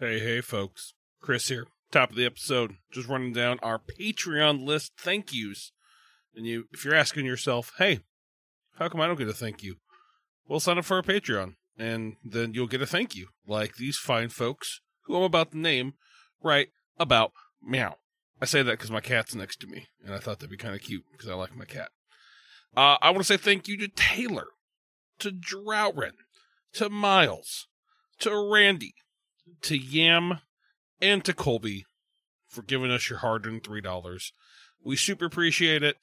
Hey, hey, folks. Chris here. Top of the episode. Just running down our Patreon list thank yous. And you, if you're asking yourself, hey, how come I don't get a thank you? Well, sign up for our Patreon, and then you'll get a thank you, like these fine folks who I'm about to name right about meow. I say that because my cat's next to me, and I thought that'd be kind of cute because I like my cat. Uh, I want to say thank you to Taylor, to Drowren, to Miles, to Randy, to Yam and to Colby for giving us your hard earned three dollars. We super appreciate it.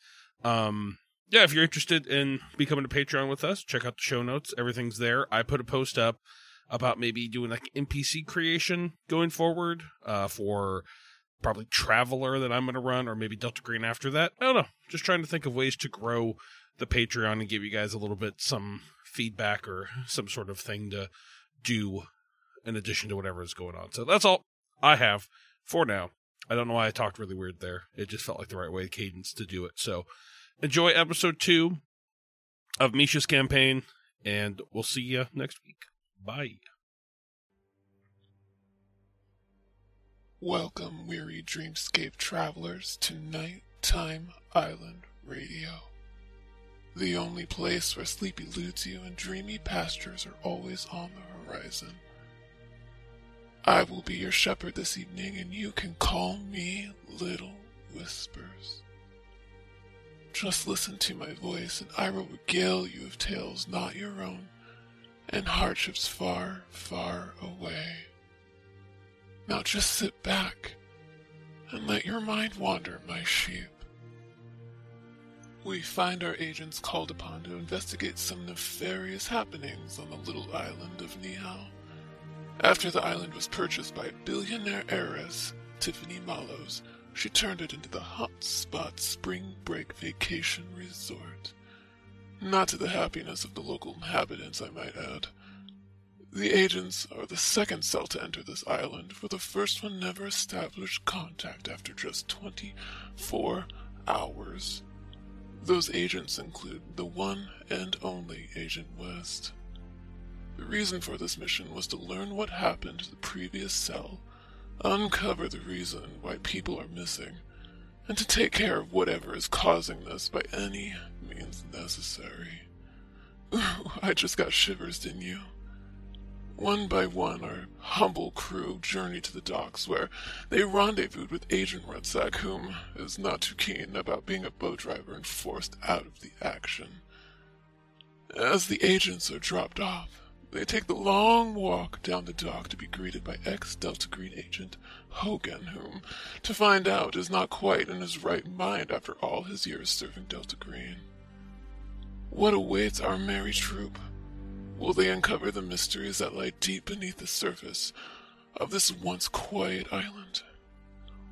Um yeah, if you're interested in becoming a Patreon with us, check out the show notes. Everything's there. I put a post up about maybe doing like NPC creation going forward uh, for probably Traveler that I'm going to run or maybe Delta Green after that. I don't know. Just trying to think of ways to grow the Patreon and give you guys a little bit some feedback or some sort of thing to do in addition to whatever is going on. So that's all I have for now. I don't know why I talked really weird there. It just felt like the right way cadence to do it. So enjoy episode two of Misha's campaign, and we'll see you next week. Bye. Welcome, weary dreamscape travelers, to Nighttime Island Radio. The only place where sleep eludes you and dreamy pastures are always on the horizon. I will be your shepherd this evening, and you can call me Little Whispers. Just listen to my voice, and I will regale you of tales not your own, and hardships far, far away. Now just sit back and let your mind wander, my sheep. We find our agents called upon to investigate some nefarious happenings on the little island of Nihao. After the island was purchased by billionaire heiress Tiffany Mallows, she turned it into the hot spot spring break vacation resort. Not to the happiness of the local inhabitants, I might add. The agents are the second cell to enter this island, for the first one never established contact after just 24 hours. Those agents include the one and only Agent West. The reason for this mission was to learn what happened to the previous cell, uncover the reason why people are missing, and to take care of whatever is causing this by any means necessary. Ooh, I just got shivers, didn't you? One by one, our humble crew journeyed to the docks where they rendezvoused with Agent Redsack, whom is not too keen about being a boat driver and forced out of the action. As the agents are dropped off, they take the long walk down the dock to be greeted by ex Delta Green agent Hogan, whom, to find out, is not quite in his right mind after all his years serving Delta Green. What awaits our merry troop? Will they uncover the mysteries that lie deep beneath the surface of this once quiet island?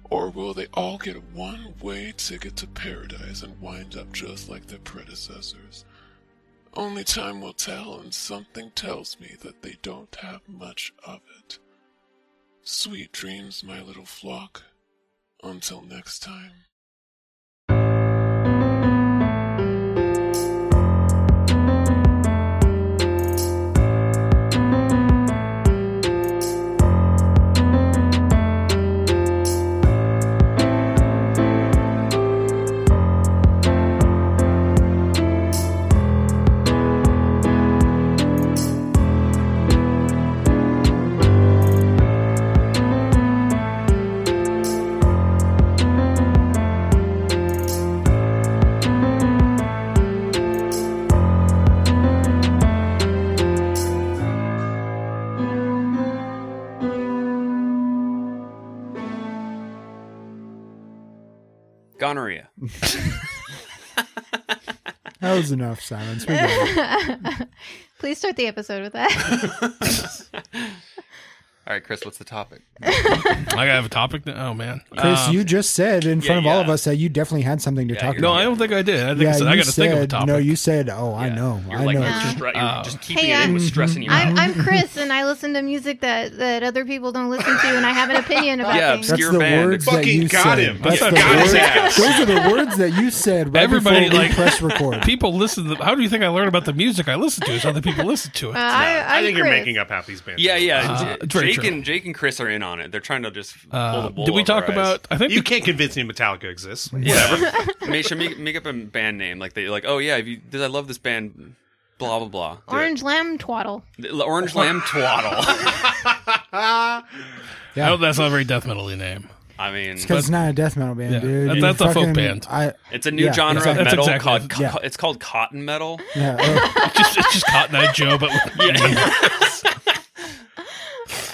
Or will they all get a one way ticket to paradise and wind up just like their predecessors? Only time will tell, and something tells me that they don't have much of it. Sweet dreams, my little flock. Until next time. Gonorrhea. That was enough silence. We got it. Please start the episode with that. All right, Chris, what's the topic? I gotta have a topic. Now? Oh man, Chris, you just said in front yeah, of all of yeah. us that you definitely had something to talk you're- no, about. I don't think I did. I think I, said, I you gotta think of a said- topic. No, you said, "Oh, I know, You're I like know." just, dra- you're Oh. just keeping Hey, it in I'm- with stress in your I'm, mouth. I'm Chris, and I listen to music that, that other people don't listen to, and I have an opinion about Yeah, things. That's Your the man words that fucking you got said. him. That's Yeah, the got his words. ass. Those are the words that you said. Right Everybody, before we like- press record. People listen. To, how do you think I learn about the music I listen to? Is other people listen to it? Uh, I, I I'm think Chris. you're making up half these bands. yeah, yeah. Uh, J- it's very Jake Jake sure. and Jake and Chris are in on it. They're trying to just pull Uh, the bull did we over talk our eyes. about? I think You we- can't convince me Metallica exists. Yeah, Misha, make, make up a band name. Like they like, oh yeah, if you, did I love this band? Blah blah blah. Do it. Orange lamb twaddle. The Orange Lamb Twaddle. I hope oh, that's not a very death metal name. I mean, Because it's not a death metal band, Yeah, dude. that- You that's a folk fucking- band. I, it's a new yeah, genre exactly. of That's metal exactly- called. co- yeah. It's called cotton metal. yeah, uh, It's just, it's just Cotton Eye Joe, but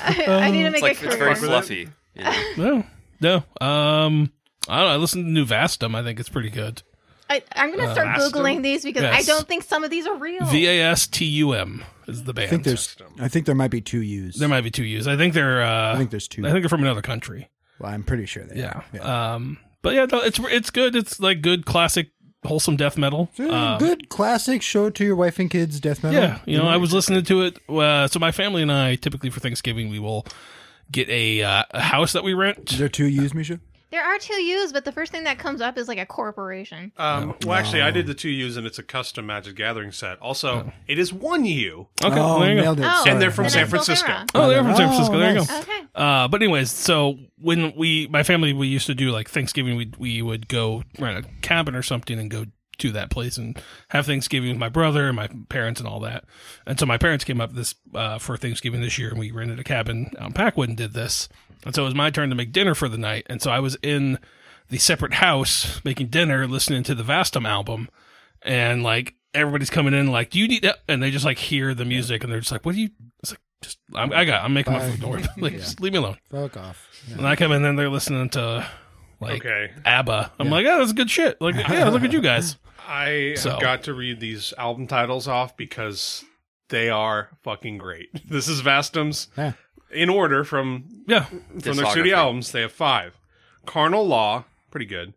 I, I need to make It's like a it's very career. fluffy. you know? no, Oh, no. Um, I don't know. I listened to New Vastum. I think it's pretty good. I, I'm gonna Uh, start Vastum? googling these because I Yes. don't think some of these are real. V A S T U M is the band. I think there's. I think there might be two U's. there might be two U's. I think they're. Uh, I think there's two. I think they're from another country. well, I'm pretty sure they. Yeah. Are. Um, but yeah, no, it's it's good. It's like good classic wholesome death metal. So, Um, good classic. Show it to your wife and kids. Death metal. Yeah, you know, I was listening to it. Uh, so my family and I typically for Thanksgiving we will get a, uh, a house that we Is rent. there two U's, Misha? There are two U's, but the first thing that comes up is like a corporation. Um, well, actually, I did the two U's, and it's a custom Magic Gathering set. Also, it is one U, Okay, oh, there you go. nailed it. Oh, Sorry. and they're from then I spelled San it Francisco. wrong. Oh, they're from San Francisco. There nice. you go. Okay. Uh, but anyways, so when we, my family, we used to do like Thanksgiving, we we would go rent a cabin or something and go to that place and have Thanksgiving with my brother and my parents and all that. And so my parents came up this uh, for Thanksgiving this year, and we rented a cabin out in Packwood and did this. And so it was my turn to make dinner for the night, and so I was in the separate house making dinner, listening to the Vastum album, and like everybody's coming in like, "Do you need?" that?" And they just like hear the music, and they're just like, "What do you?" It's like just I'm, I got I'm making my Bye. food door. like, Yeah. just leave me alone. Fuck off. Yeah. And I come in, and they're listening to like Okay, ABBA. I'm like, oh, that's good shit. Like, yeah, look at you guys. I have So- got to read these album titles off because they are fucking great. This is Vastum's Yeah. in order from Yeah, from their Discography. studio albums. They have five: Carnal Law, pretty good.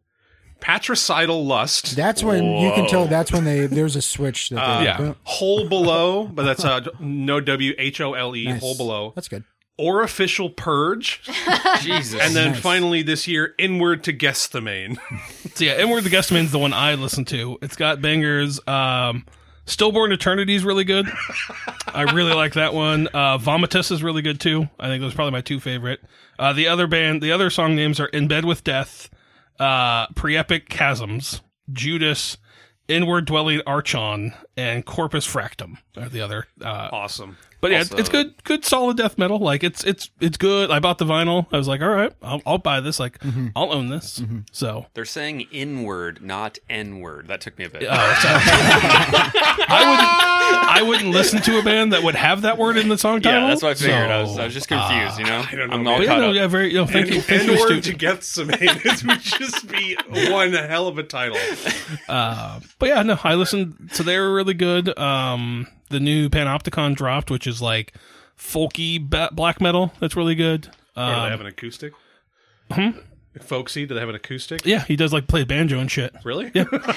Patricidal Lust. That's when you can tell. That's when they there's a switch. That Uh, Ah. they, yeah. Hole below, but that's uh, no W H O L E. Nice. Hole below. That's good. Orificial purge, Jesus. and then Nice. finally this year, inward to guess the main. so yeah, Inward the Guest Man's the one I listen to. It's got bangers. Um, Stillborn Eternity is really good. I really like that one. Uh, Vomitus is really good too. I think those are probably my two favorite. Uh, the other band, the other song names are In Bed with Death, uh, Preepic Chasms, Judas, Inward Dwelling Archon, and Corpus Fractum are the other uh, awesome. But yeah, Also- it's good, good solid death metal. Like it's it's it's good. I bought the vinyl. I was like, all right, I'll, I'll buy this. Like Mm-hmm. I'll own this. So. They're saying inward, not n word. That took me a bit. Oh, sorry. I wouldn't. I wouldn't listen to a band that would have that word in the song title. yeah, that's what I figured. I, was, So, I was just confused. you know, I don't know, am man. all But yeah, caught no, up. yeah, very. No, thank you. Thank you, Inward to Stu. Gethsemane this would just be one hell of a title. Uh, but yeah, no, I listened. So they were really good. Um, the new Panopticon dropped, which is like folky ba- black metal. That's really good. Or do they have Um, an acoustic? hmm? Folksy, do they have an acoustic? yeah, he does like play banjo and shit. Really?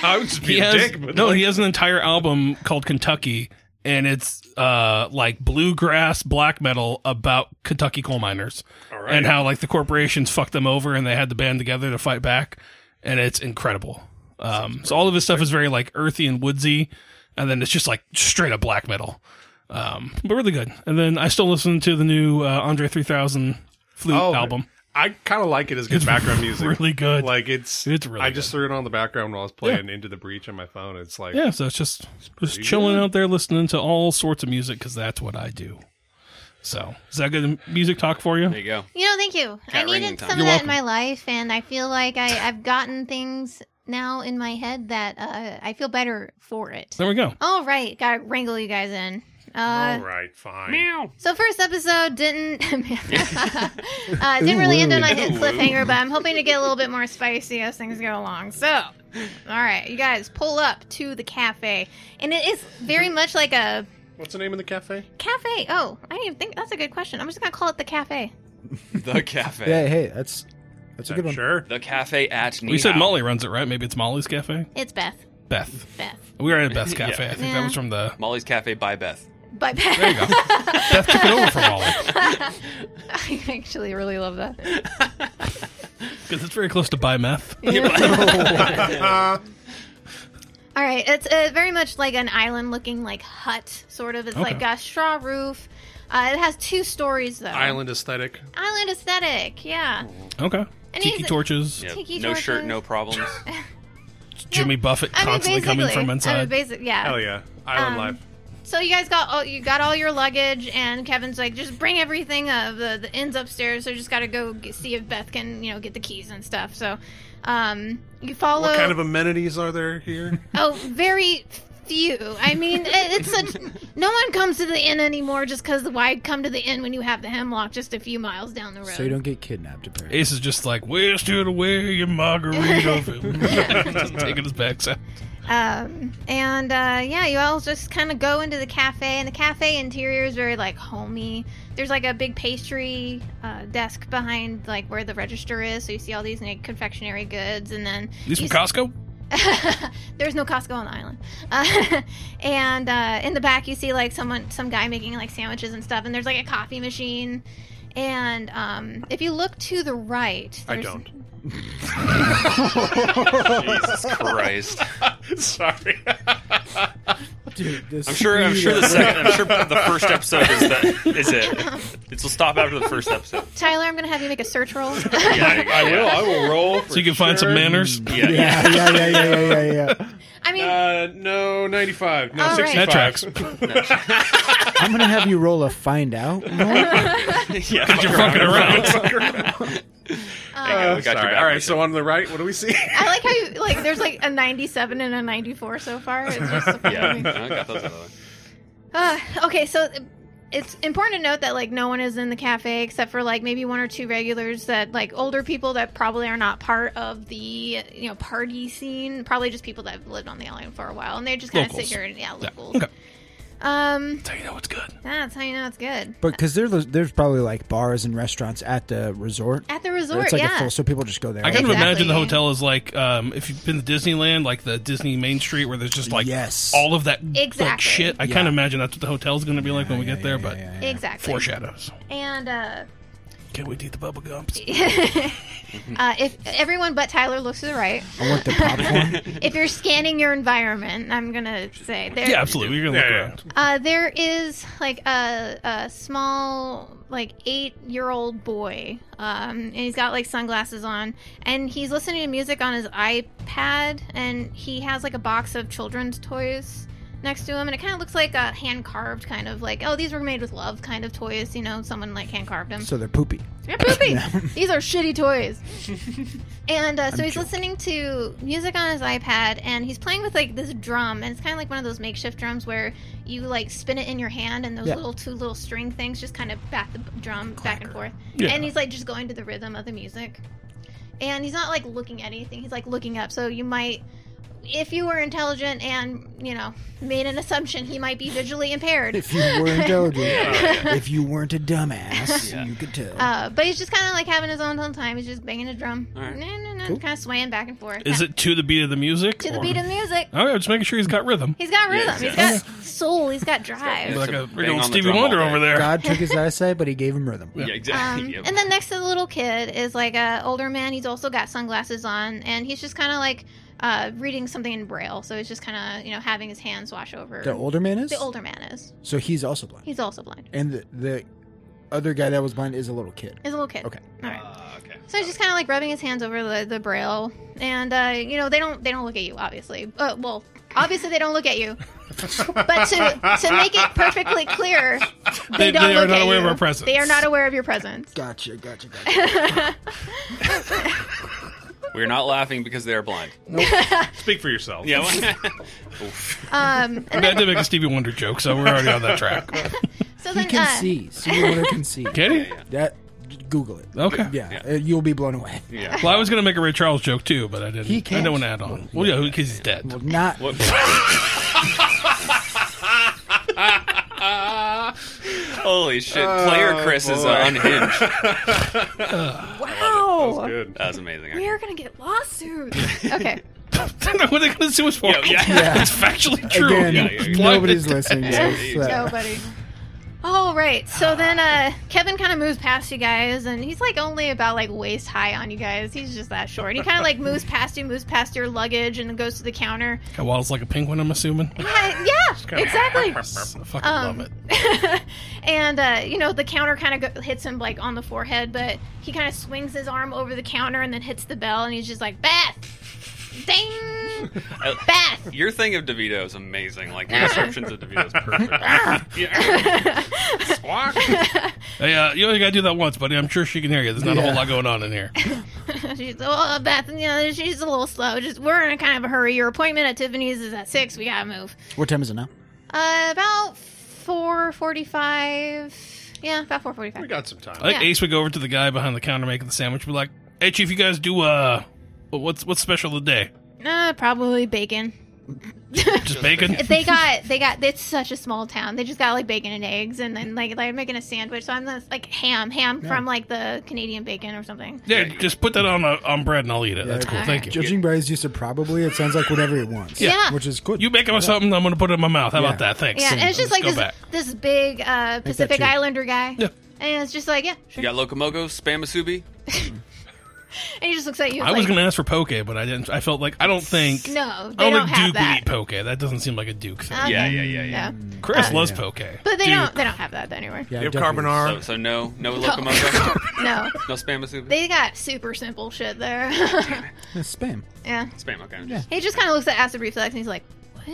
I would just be he a has dick, but no. like, He has an entire album called Kentucky, and it's uh like bluegrass black metal about Kentucky coal miners All right. and how like the corporations fucked them over, and they had to band together to fight back, and it's incredible. Um, so all of his stuff is very like earthy and woodsy, and then it's just like straight up black metal, um, but really good. And then I still listen to the new uh, Andre three thousand flute Oh, album. I kind of like it as good background music. Really good. Like it's, It's really I just threw it on the background while I was playing Into the Breach on my phone. It's like, yeah, so it's just just chilling out there listening to all sorts of music because that's what I do. So is that good music talk for you? There you go. You know, thank you. I Cat ringing needed time. some of You're that welcome. in my life, and I feel like I, I've gotten things now in my head that uh, I feel better for it. There we go. All right, gotta wrangle you guys in. Uh, all right, fine. So first episode didn't uh, didn't really end on a hit cliffhanger, but I'm hoping to get a little bit more spicy as things go along. So, all right, you guys pull up to the cafe, and it is very much like a What's the name of the cafe? cafe. Oh, I didn't even think that's a good question. I'm just gonna call it the cafe. The cafe. Yeah. Hey, that's that's a good one. Sure. The cafe at. We said Nihao. Molly runs it, right? Maybe it's Molly's Cafe. It's Beth. Beth. Beth. We were at Beth's Cafe. I think Yeah. that was from the. Molly's Cafe by Beth. But Beth. There you go. Beth took it over from Molly I actually really love that. because it's very close to Buy Meth. All right, it's uh, very much like an island-looking like hut, sort of. It's like a straw roof. Uh, it has two stories though. Island aesthetic. Island aesthetic, yeah. Okay. And Tiki he's- torches. Yeah. Tiki No shirt, torches. no problems. Jimmy Buffett I mean, constantly coming basically. from I mean, inside. basic, yeah. Hell Oh, yeah. Island Um, life. So you guys got all you got all your luggage, and Kevin's like, just bring everything. Uh, the the inn's upstairs, so just gotta go get, see if Beth can you know get the keys and stuff. So, um, you follow. What kind of amenities are there here? oh, very few. I mean, it, it's a no one comes to the inn anymore just because why come to the inn when you have the hemlock just a few miles down the road? So you don't get kidnapped, apparently. Ace is just like, where's to the way your margarita? just taking his back out. Um, and uh, yeah, you all just kind of go into the cafe, and the cafe interior is very like homey. There's like a big pastry uh, desk behind like where the register is, so you see all these like confectionery goods, and then These you from Costco? there's no Costco on the island. Uh, and uh, in the back, you see like someone, some guy making like sandwiches and stuff. And there's like a coffee machine. And um, if you look to the right, I there's- don't. Jesus Christ. Sorry. Dude, this I'm sure. I'm sure the second. I'm sure the first episode is that is it. It'll stop after the first episode. Tyler, I'm gonna have you make a search roll. Yeah, I will. I will roll. So you can find some manners. Yeah, yeah. Yeah, yeah, yeah, yeah, yeah, yeah, yeah. I mean, Uh, no, 95. No, All right. 65. That tracks. I'm gonna have you roll a find out. roll. yeah. You're fucking around. um, Yeah, we got your Sorry. back, All right, Richard. so on the right, what do we see? I like how you like. There's like a 97 and a 94 so far. It's just Yeah, surprising. I got those out of the way. Uh, okay, so it's important to note that like no one is in the cafe except for like maybe one or two regulars that like older people that probably are not part of the you know party scene. Probably just people that have lived on the island for a while and they just kind of sit Locals. here and yeah, locals. Okay. Um, Tell you know what's good. that's how you know it's good But because there's there's probably like bars and restaurants at the resort. at the Or resort. it's like yeah, a full, so people just go there. I kind of Exactly. imagine the hotel is like um, if you've been to Disneyland, like the Disney Main Street, where there's just like Yes. all of that like, Exactly. shit. I kind of imagine that's what the hotel's going to be like when we get there. but exactly. foreshadows. And uh, Can't wait to eat the bubble gums. uh, if everyone but Tyler looks to the right, I want the popcorn. if you're scanning your environment, I'm gonna say there. Yeah, absolutely. You're gonna Yeah, look yeah. around. Uh, there is like a, a small, like eight year old boy. Um, and he's got like sunglasses on, and he's listening to music on his iPad, and he has like a box of children's toys next to him, and it kind of looks like a hand carved kind of like, oh, these were made with love kind of toys. You know, someone like hand carved them. so they're poopy. They're poopy. These are shitty toys. and uh, so he's listening to music on his iPad, and he's playing with like this drum, and it's kind of like one of those makeshift drums where you like spin it in your hand, and those Yeah. little two little string things just kind of bat the b- drum back and forth. Yeah. And he's like just going to the rhythm of the music, and he's not like looking at anything. He's like looking up, so you might. If you were intelligent and, you know, made an assumption, he might be visually impaired. If you were intelligent, if you weren't a dumbass, Oh, Yeah. you could tell. Uh, but he's just kind of like having his own little time. He's just banging a drum, Alright. no, no, no, kind of swaying back and forth. Is Kinda- it to the beat of the music? to the or- beat of the music? Oh yeah, just making sure he's got rhythm. He's got Yeah, rhythm. He's yeah. got soul. He's got drive. yeah. like So a bang big old on the Stevie drum all Wonder day. over there. God took his eyesight, but he gave him rhythm. Yeah, Um, exactly. Yep. And then next to the little kid is like a older man. He's also got sunglasses on, and he's just kind of like uh, reading something in braille. So he's just kind of you know having his hands wash over. The older man is. The older man is. So he's also blind. He's also blind. and the, the other guy that was blind is a little kid. He's a little kid. Okay. All right. Ah, okay. So he's just kind of like rubbing his hands over the, the braille, and uh, you know they don't they don't look at you obviously. Uh, well, obviously they don't look at you, but to to make it perfectly clear, they, They- don't they are look not at aware of you. our presence. They are not aware of your presence. Gotcha, gotcha, gotcha. We're not laughing because they are blind. Speak for yourself. Yeah. well- Um, I and had to make a Stevie Wonder joke, so we're already on that track. so he then can uh, see. Stevie Wonder can see. Can he? That Google it. Okay. Yeah, uh, you'll be blown away. yeah. Well, I was gonna make a Ray Charles joke too, but I didn't. He I can't. don't want to add on. Well, yeah, because he's dead. Well, not What? Holy shit! Player Chris is uh, unhinged. That wow, Good. was amazing. we are gonna get lawsuits. okay, what are they gonna sue us for? Yeah, yeah. It's factually true. again. Yeah, yeah, yeah. Nobody's listening. to Yeah, this, yeah, so- nobody. All right. So then uh Kevin kind of moves past you guys and he's like only about like waist high on you guys. He's just that short. He kind of like moves past you, moves past your luggage and then goes to the counter. Got waddles like a penguin, I'm assuming. Yeah, yeah exactly. I fucking Um, love it. and uh, you know the counter kind of go- hits him like on the forehead, but he kind of swings his arm over the counter and then hits the bell, and he's just like Beth, ding, Beth. Your thing of DeVito is amazing. Like your descriptions of DeVito is perfect. Squawk. Hey, uh, you only got to do that once, buddy. I'm sure she can hear you. There's not a whole Yeah. lot going on in here. she's oh Beth, you know she's a little slow. Just we're in a kind of a hurry. Your appointment at Tiffany's is at six. We gotta move. What time is it now? Uh, about four forty-five. Yeah, about four We forty-five. got some time. I think Yeah. Ace would go over to the guy behind the counter making the sandwich, be like, "Hey, chief, you guys do uh, what's what's special today? Uh, probably bacon. Just bacon? they got they got it's such a small town they just got like bacon and eggs and then like they're making a sandwich so i'm just, like ham ham from like the canadian bacon or something Yeah, just put that on uh, on bread and I'll eat it. That's cool. Thank you. Judging by his use of probably, it sounds like whatever he wants. Yeah. Which is good. You make up something, I'm gonna put it in my mouth. How Yeah. about that? Thanks. yeah and it's just Let's like go this back. this big uh pacific cheap. islander guy Yeah. and it's just like yeah You sure. got locomogo, spam asubi. and he just looks at you I was like, gonna ask for poke, but I didn't. I felt like I don't think. no I they don't, don't think have Duke that Uh, would eat poke. That doesn't seem like a Duke thing. Okay. Yeah, yeah, yeah, yeah. Yeah. Chris Uh, loves yeah. poke. but they Duke. don't they don't have that anywhere Yeah, You have definitely. So, carbonara. so no, no locomogo, no no spam asubi. they got super simple shit there Yeah, spam. yeah spam. Okay. Yeah. he just kind of looks at acid reflux and he's like what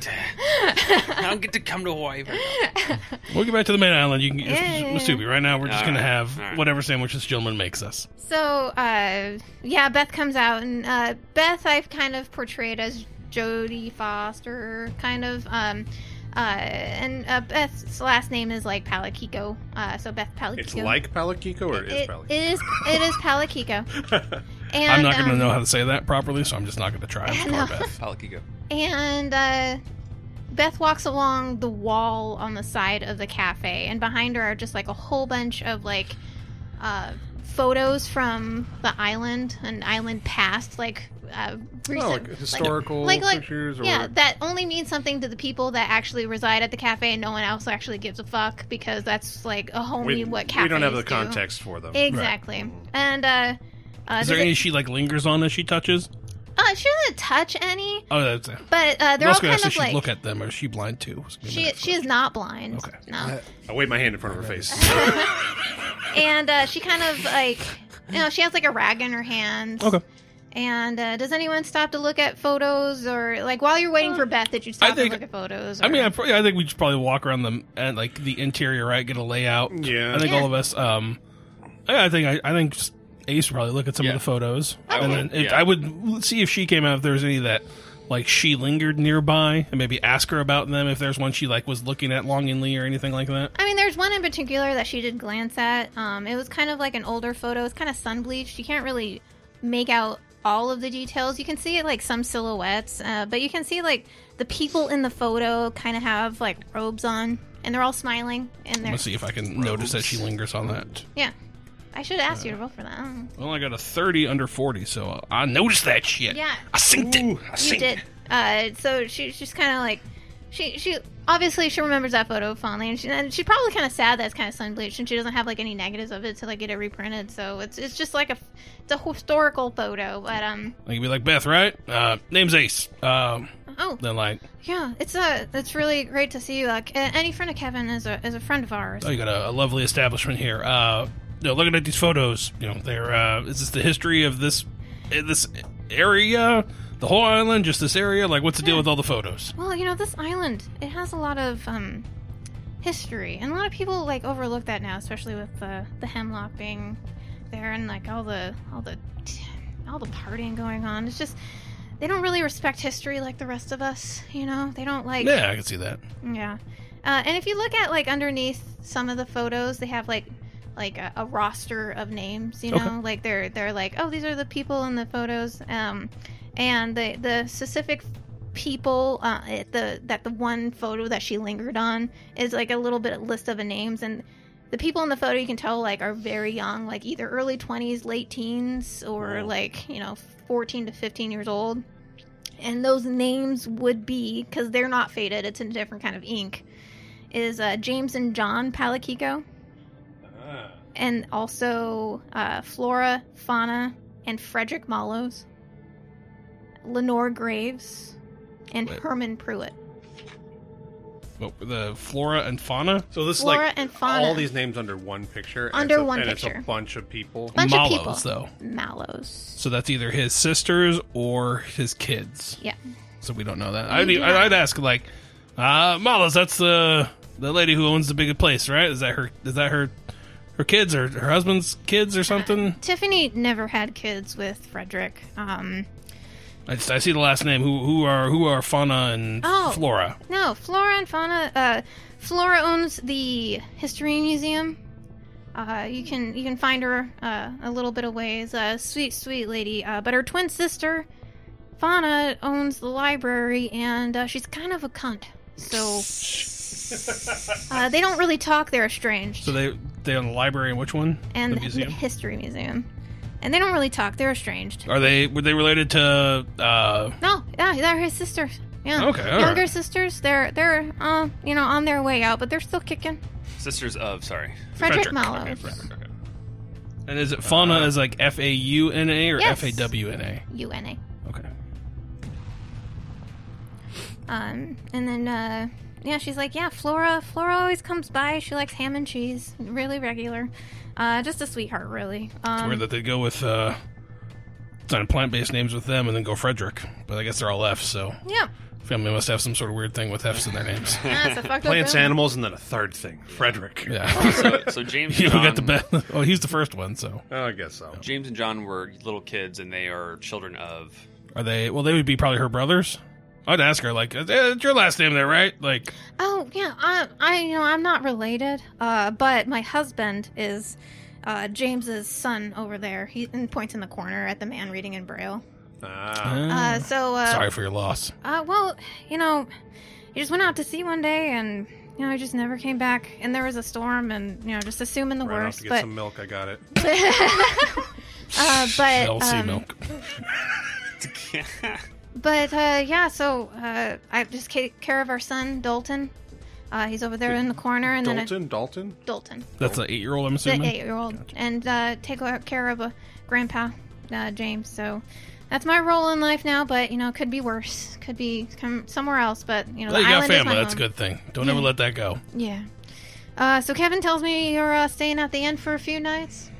I don't get to come to Hawaii. very often. We'll get back to the main island. You can Yeah, yeah, yeah. it's Masubi. Right now, we're just All gonna right, have all right. whatever sandwich this gentleman makes us. So, uh, yeah, Beth comes out, and uh, Beth I've kind of portrayed as Jodie Foster, kind of. Um, uh, and uh, Beth's last name is like Palakiko, uh, so Beth Palakiko. It's like Palakiko or it is it Palakiko? is it is Palakiko. and, I'm not gonna um, know how to say that properly, so I'm just not gonna try. I'm sorry, No. Beth. Palakigo. And uh, Beth walks along the wall on the side of the cafe, and behind her are just like a whole bunch of like uh, photos from the island and island past, like uh, recent, Oh, like historical like- like- pictures or yeah, that only means something to the people that actually reside at the cafe, and no one else actually gives a fuck because that's like a we, homey what we cafes don't have the do. context for them. Exactly, and uh, uh, Is does there it- any she like lingers on as she touches? uh, she doesn't touch any, Oh, that's. Uh, but uh, they're all also kind gonna ask if of she like look at them, or is she blind too? She she is not blind. Okay. No. I wave my hand in front of her face. and uh, she kind of like you know she has like a rag in her hand. Okay. And uh, does anyone stop to look at photos or like while you're waiting for Beth? Did you stop Uh, I think- to look at photos? Or... I mean, I, probably, I think we should probably walk around the and like the interior, right? Get a layout. Yeah. I think Yeah. all of us. Um, I, I think I, I think s- Ace would probably look at some Yeah. of the photos, I and would, then it, yeah. I would l- see if she came out if there was any that like she lingered nearby, and maybe ask her about them if there's one she like was looking at longingly or anything like that. I mean, there's one in particular that she did glance at. Um, it was kind of like an older photo. It's kind of sun bleached. You can't really make out all of the details. You can see like some silhouettes, uh, but you can see like the people in the photo kind of have like robes on, and they're all smiling. And they're Let's see if I can notice that she lingers on that. yeah. I should ask you to roll for that. I don't know. Well, I got a thirty under forty, so I noticed that shit. Yeah. I synced it. I You synced it. did. Uh, so she's just kind of like, she she obviously she remembers that photo fondly, and, she, and she's probably kind of sad that it's kind of sun bleached, and she doesn't have like any negatives of it to like get it reprinted. So it's it's just like a it's a historical photo, but um Like you'd be like Beth, right? Uh, name's Ace. Um, oh then like, yeah, it's uh it's really great to see you. Like a- any friend of Kevin is a is a friend of ours. oh, you got a, a lovely establishment here. Uh, you know, looking at these photos, you know, they're uh, is this the history of this eh, this area, the whole island, just this area? Like, what's the Hmm. deal with all the photos? Well, you know this island it has a lot of um history, and a lot of people like overlook that now, especially with the the hemlock being there and like all the all the all the partying going on. It's just they don't really respect history like the rest of us, you know. They don't like Yeah, I can see that. yeah. Uh, and if you look at like underneath some of the photos, they have like like a, a roster of names. You know, Okay. like they're they're like, oh, these are the people in the photos. Um, and the the specific people uh, it- the that the one photo that she lingered on is like a little bit list of the names and. The people in the photo you can tell like are very young, like either early 20s, late teens or like, you know, 14 to 15 years old and those names would be because they're not faded it's in a different kind of ink is uh, James and John Palakiko, and also uh, Flora, Fauna, and Frederick Mallows, Lenore Graves, and Wait. Herman Pruitt. What were the flora and fauna? So this Flora is like and fauna. all these names under one picture. and Under it's a- one and It's picture. a bunch of people. Bunch Mallows, of people. though. Mallows. So that's either his sisters or his kids. Yeah. So we don't know that. We I'd, do not. I'd ask like, uh, Malas, that's the the lady who owns the big place, right? Is that her? Is that her? Her kids or her husband's kids or something? Tiffany never had kids with Frederick. Um, I, just, I see the last name. Who who are who are Fauna and Oh. Flora? no, Flora and Fauna. Uh, Flora owns the history museum. Uh, you can you can find her uh, a little bit of ways. Uh, sweet sweet lady. Uh, but her twin sister, Fauna, owns the library, and uh, she's kind of a cunt. So uh, they don't really talk. They're estranged. So they they own the library and which one? and the museum. history museum, and they don't really talk. They're estranged. Are they were they related to? uh No, yeah, they're his sisters. Yeah. Okay, all Younger right. sisters, they're they're uh, you know, on their way out, but they're still kicking. Sisters of, sorry. Frederick, Frederick, Mallows. okay, Frederick, okay. And is it Fauna Uh. is like F A U N A or Yes. F A W N A? UNA. Okay. Um and then uh yeah, she's like, Yeah, Flora Flora always comes by. She likes ham and cheese. Really regular. Uh just a sweetheart really. Um Weird that they go with uh plant based names with them and then go Frederick. But I guess they're all F, so Yeah. family must have some sort of weird thing with F's in their names. That's a fucked up Plants, room. animals, and then a third thing. Frederick. Yeah. So, so James you and John, got Um, the best oh he's the first one, so Oh, I guess so. James and John were little kids and they are children of. are they well they would be probably her brothers? I'd ask her like eh, it's your last name there, right? Like Oh yeah, I, I you know I'm not related, uh, but my husband is uh, James's son over there. He and points in the corner at the man reading in braille. Ah. Uh, so uh, Hmm. sorry for your loss. Uh, well, you know, he just went out to sea one day and, you know, he just never came back. And there was a storm and, you know, just assuming the Ran off worst. to get But, some milk. I got it. uh, but, LC um, milk. but, uh, yeah, so, uh, I just take care of our son, Dalton. Uh, he's over there in the corner and then Dalton? Dalton? a, Dalton, That's an eight year old I'm the assuming. eight year old. And, uh, take care of a grandpa, uh, James. So that's my role in life now, but, you know, it could be worse. Could be come somewhere else, but, you know, Well, the you got island is family, my that's a home. good thing. Don't ever let that go. Yeah. Uh, so Kevin tells me you're uh, staying at the inn for a few nights.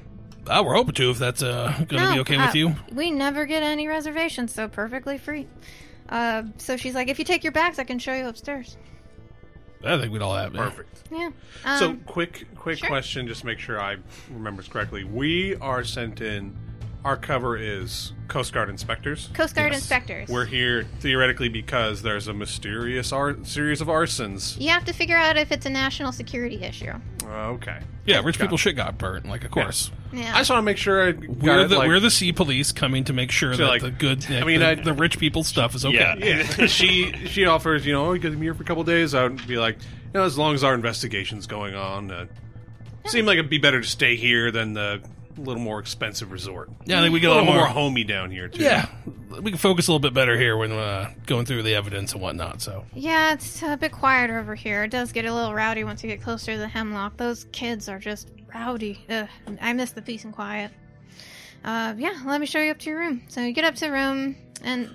Uh, we're hoping to if that's uh, gonna be okay uh, with you. We never get any reservations, so perfectly free. Uh, so she's like, if you take your bags, I can show you upstairs. I think we'd all have it. Perfect. Yeah. Um, so, quick, quick sure. question. Just to make sure I remember this correctly. We are sent in. Our cover is Coast Guard inspectors. Coast Guard inspectors. We're here theoretically because there's a mysterious ar- series of arsons. you have to figure out if it's a national security issue. Okay. Yeah, rich Got people it. shit got burnt, like of course. Yeah. I just want to make sure I got We're it, the like- we're the sea police coming to make sure that like- the good I mean, the, I- the rich people stuff is okay. yeah. she she offers, you know, oh, you could be here for a couple days. I would be like, you know, as long as our investigation's going on, uh, seemed like it'd be better to stay here than the little more expensive resort. Yeah, I think we get a little more more homey down here too. Yeah. We can focus a little bit better here when uh, going through the evidence and whatnot, so yeah, it's a bit quieter over here. It does get a little rowdy once you get closer to the hemlock. Those kids are just rowdy. Ugh, I miss the peace and quiet. Uh, yeah, let me show you up to your room. So you get up to the room, and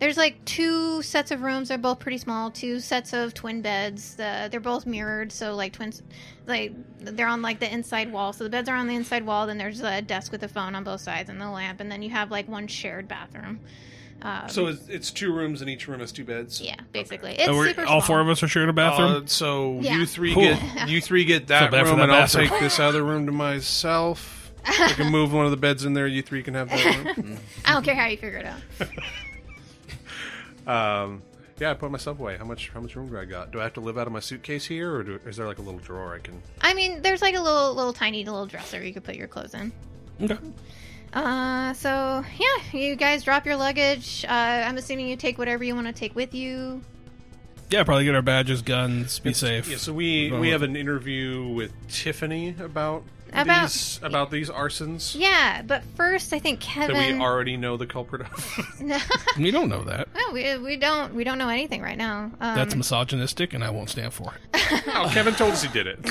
there's like two sets of rooms. They're both pretty small. Two sets of twin beds. The, they're both mirrored, so like twins, like they're on like the inside wall. So the beds are on the inside wall. Then there's a desk with a phone on both sides and the lamp, and then you have like one shared bathroom. Um, So it's, it's two rooms and each room has two beds. yeah, basically, it's And we're- super small. all four of us are sharing a bathroom. Uh, so Yeah. you three Cool. get you three get that bad for room, that and I'll bathroom. take this other room to myself. I can move one of the beds in there. You three can have that room. I don't care how you figure it out. Um, yeah, I put myself away. How much? How much room do I got? Do I have to live out of my suitcase here, or do, is there like a little drawer I can? I mean, there's like a little, little tiny little dresser you could put your clothes in. Okay. Uh, so yeah, you guys drop your luggage. Uh, I'm assuming you take whatever you want to take with you. Yeah, probably get our badges, guns, be safe. Yeah, so we Well, we have an interview with Tiffany about About- these about these arsons Yeah, but first, I think that Kevin. we already know the culprit of. no, We don't know that. we, we don't we don't know anything right now. Um, That's misogynistic and I won't stand for it. Oh, Kevin told us he did it.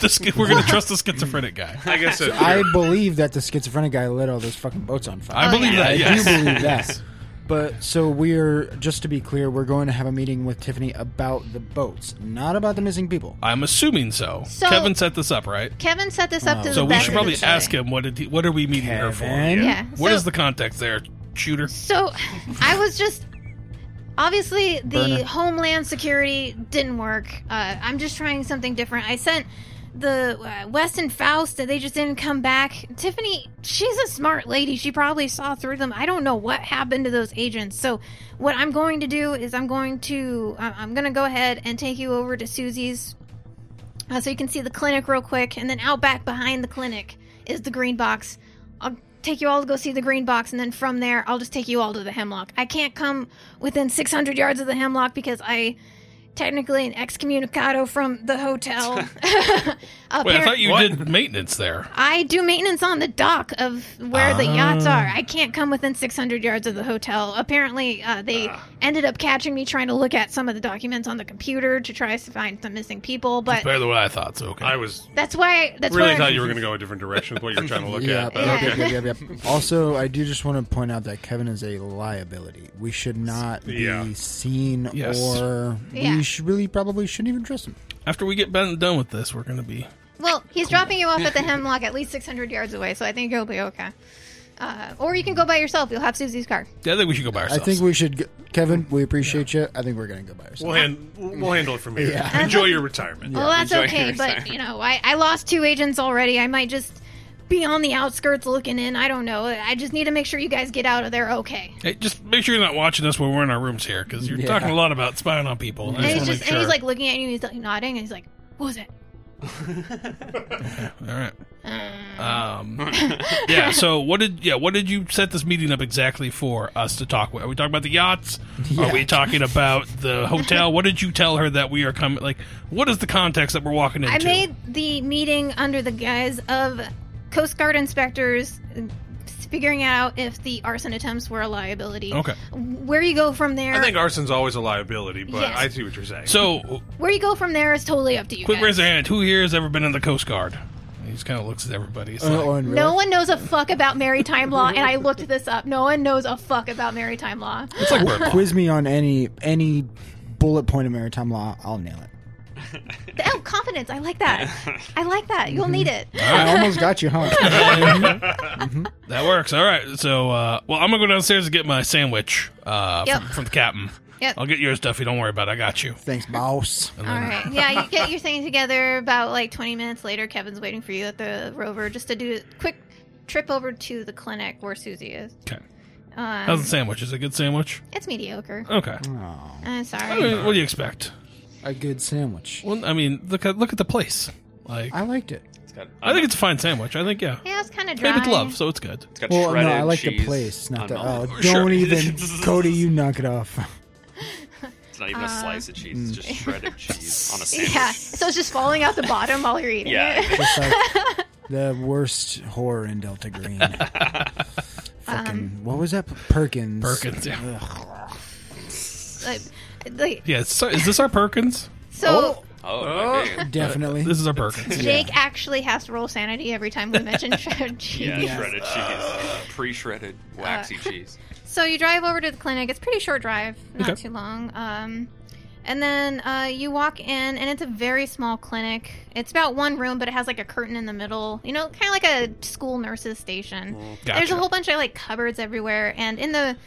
The sch- we're gonna trust the schizophrenic guy. I guess it. I believe that the schizophrenic guy lit all those fucking boats on fire. I Oh, believe yeah. that. I Yes. do believe that. But so we're just to be clear, we're going to have a meeting with Tiffany about the boats, not about the missing people. I'm assuming so. So- Kevin set this up, right? Kevin set this up to So the we best should of probably his ask ability. him what did he, what are we meeting her for? Kevin? What is Yeah. so, the context there, shooter? So, I was just obviously the Burner. Homeland Security didn't work. Uh, I'm just trying something different. I sent the uh, West and Faust, and they just didn't come back. Tiffany, she's a smart lady. She probably saw through them. I don't know what happened to those agents. So, what I'm going to do is I'm going to I- I'm going to go ahead and take you over to Susie's, uh, so you can see the clinic real quick, and then out back behind the clinic is the green box. I'll take you all to go see the green box, and then from there, I'll just take you all to the hemlock. I can't come within 600 yards of the hemlock because I technically an excommunicado from the hotel. Wait, I Appar- thought you did maintenance there. I do maintenance on the dock of where the yachts are. I can't come within 600 yards of the hotel. Apparently, uh, they ended up catching me trying to look at some of the documents on the computer to try to find some missing people, but Better than what I thought. So okay. I was that's why that's really where thought you were going to go a different direction with what you were trying to look Yeah, at. But yep, okay. yep, yep, yep, yep. Also, I do just want to point out that Kevin is a liability. We should not be Yeah. seen, Yes. or Yeah. we should really probably shouldn't even trust him. After we get ben- done with this, we're gonna be. Well, he's dropping you off at the hemlock at least 600 yards away, so I think you'll be okay. Uh, or you can go by yourself. You'll have Susie's car. Yeah, I think we should go by ourselves. I think we should, g- Kevin. We appreciate you. I think we're gonna go by ourselves. We'll, hand, we'll handle it from here. Yeah. Enjoy your retirement. well, that's enjoy okay, your but time. you know, I, I lost two agents already. I might just be on the outskirts looking in. I don't know. I just need to make sure you guys get out of there okay. Hey, just make sure you're not watching us when we're in our rooms here, because you're Yeah. talking a lot about spying on people. and I And just he's wanna just make and he's sure. like looking at you. and He's like nodding. And he's like, "What was it?" all right. Um, yeah. So what did yeah what did you set this meeting up exactly for us to talk? About? Are we talking about the yachts? Are we talking about the hotel? What did you tell her that we are coming? Like, what is the context that we're walking into? I made the meeting under the guise of Coast Guard inspectors figuring out if the arson attempts were a liability. Okay. Where you go from there? I think arson's always a liability, but Yes. I see what you're saying. so Where you go from there is totally up to you. quick, guys. raise your hand. Who here has ever been in the Coast Guard? He just kind of looks at everybody. He's Uh, like, or in real No life. one knows a fuck about maritime law, and I looked this up. No one knows a fuck about maritime law. it's like word law. Quiz me on any any bullet point of maritime law. I'll nail it. Oh, confidence. I like that. I like that. You'll Mm-hmm. need it. I almost got you, huh? That works. All right. So, uh, well, I'm gonna go downstairs and get my sandwich uh, Yep. from, from the captain. Yep. I'll get yours, Duffy. Don't worry about it. I got you. Thanks, boss. All right. Yeah, you get your thing together about like 20 minutes later. Kevin's waiting for you at the rover just to do a quick trip over to the clinic where Susie is. Okay. How's Um, the sandwich? Is it a good sandwich? it's mediocre. Okay. Oh. I'm I sorry. mean, what do you expect? A good sandwich. Well, I mean, look at look at the place. Like, I liked it. It's got, I think it's a fine sandwich. I think yeah. Yeah, it's kind of dry. Maybe it's love, so it's good. it's got Well, no, shredded I like cheese. the place, not the. Oh, unmelted. don't Sure. even, Cody. You knock it off. It's not even a slice of cheese. It's just shredded cheese on a sandwich. Yeah. So it's just falling out the bottom while you're eating Yeah, it. Just like the worst horror in Delta Green. Fucking what was that? Perkins. Perkins. Yeah. Ugh. Like, like, Yeah. it's- so- is this our Perkins? so Oh, my goodness. Definitely. This is our Perkins. Jake actually has to roll sanity every time we mention shredded cheese. Yeah, shredded cheese. Pre-shredded, waxy cheese. So you drive over to the clinic. It's a pretty short drive, not Okay. too long. Um, and then uh, you walk in, and it's a very small clinic. It's about one room, but it has like a curtain in the middle. You know, kind of like a school nurses station. There's Mm, gotcha. a whole bunch of like cupboards everywhere, and in the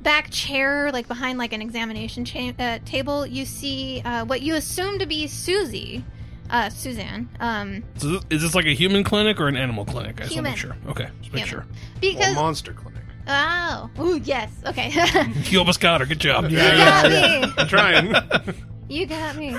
back chair, like behind like an examination cha- uh, table, you see uh, what you assume to be Susie, uh, Suzanne. Um, So this, is this like a human clinic or an animal clinic? I just want Human. to make sure. Okay, just make Human. sure. Or because monster clinic. oh, ooh, yes, okay. You almost got her. Good job. You got me. I'm trying. You got me.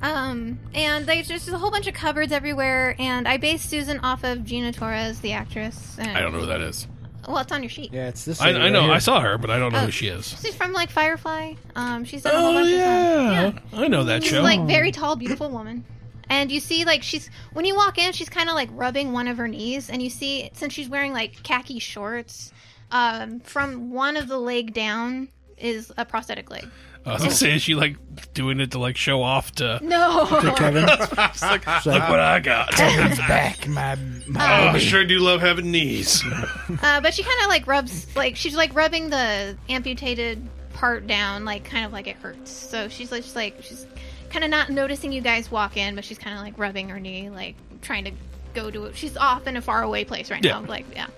Um, and there's just a whole bunch of cupboards everywhere, and I based Susan off of Gina Torres, the actress. And, I don't know who that is. Well, it's on your sheet. yeah, it's this. I, lady I know. right I here. saw her, but I don't know Oh. who she is. She's from like Firefly. Um, she's done a whole Oh bunch of stuff. yeah. I know that She's show. like very tall, beautiful woman. And you see, like she's when you walk in, she's kind of like rubbing one of her knees, and you see since she's wearing like khaki shorts, um, from one of the leg down is a prosthetic leg. I was gonna say, is she like doing it to like show off to No. Kevin. look what I got? Kevin's back, my, my I sure do love having knees. Uh, but she kind of like rubs, like she's like rubbing the amputated part down, like kind of like it hurts. So she's like, she's like, she's kind of not noticing you guys walk in, but she's kind of like rubbing her knee, like trying to go to it. She's off in a faraway place right Yeah. now, like yeah.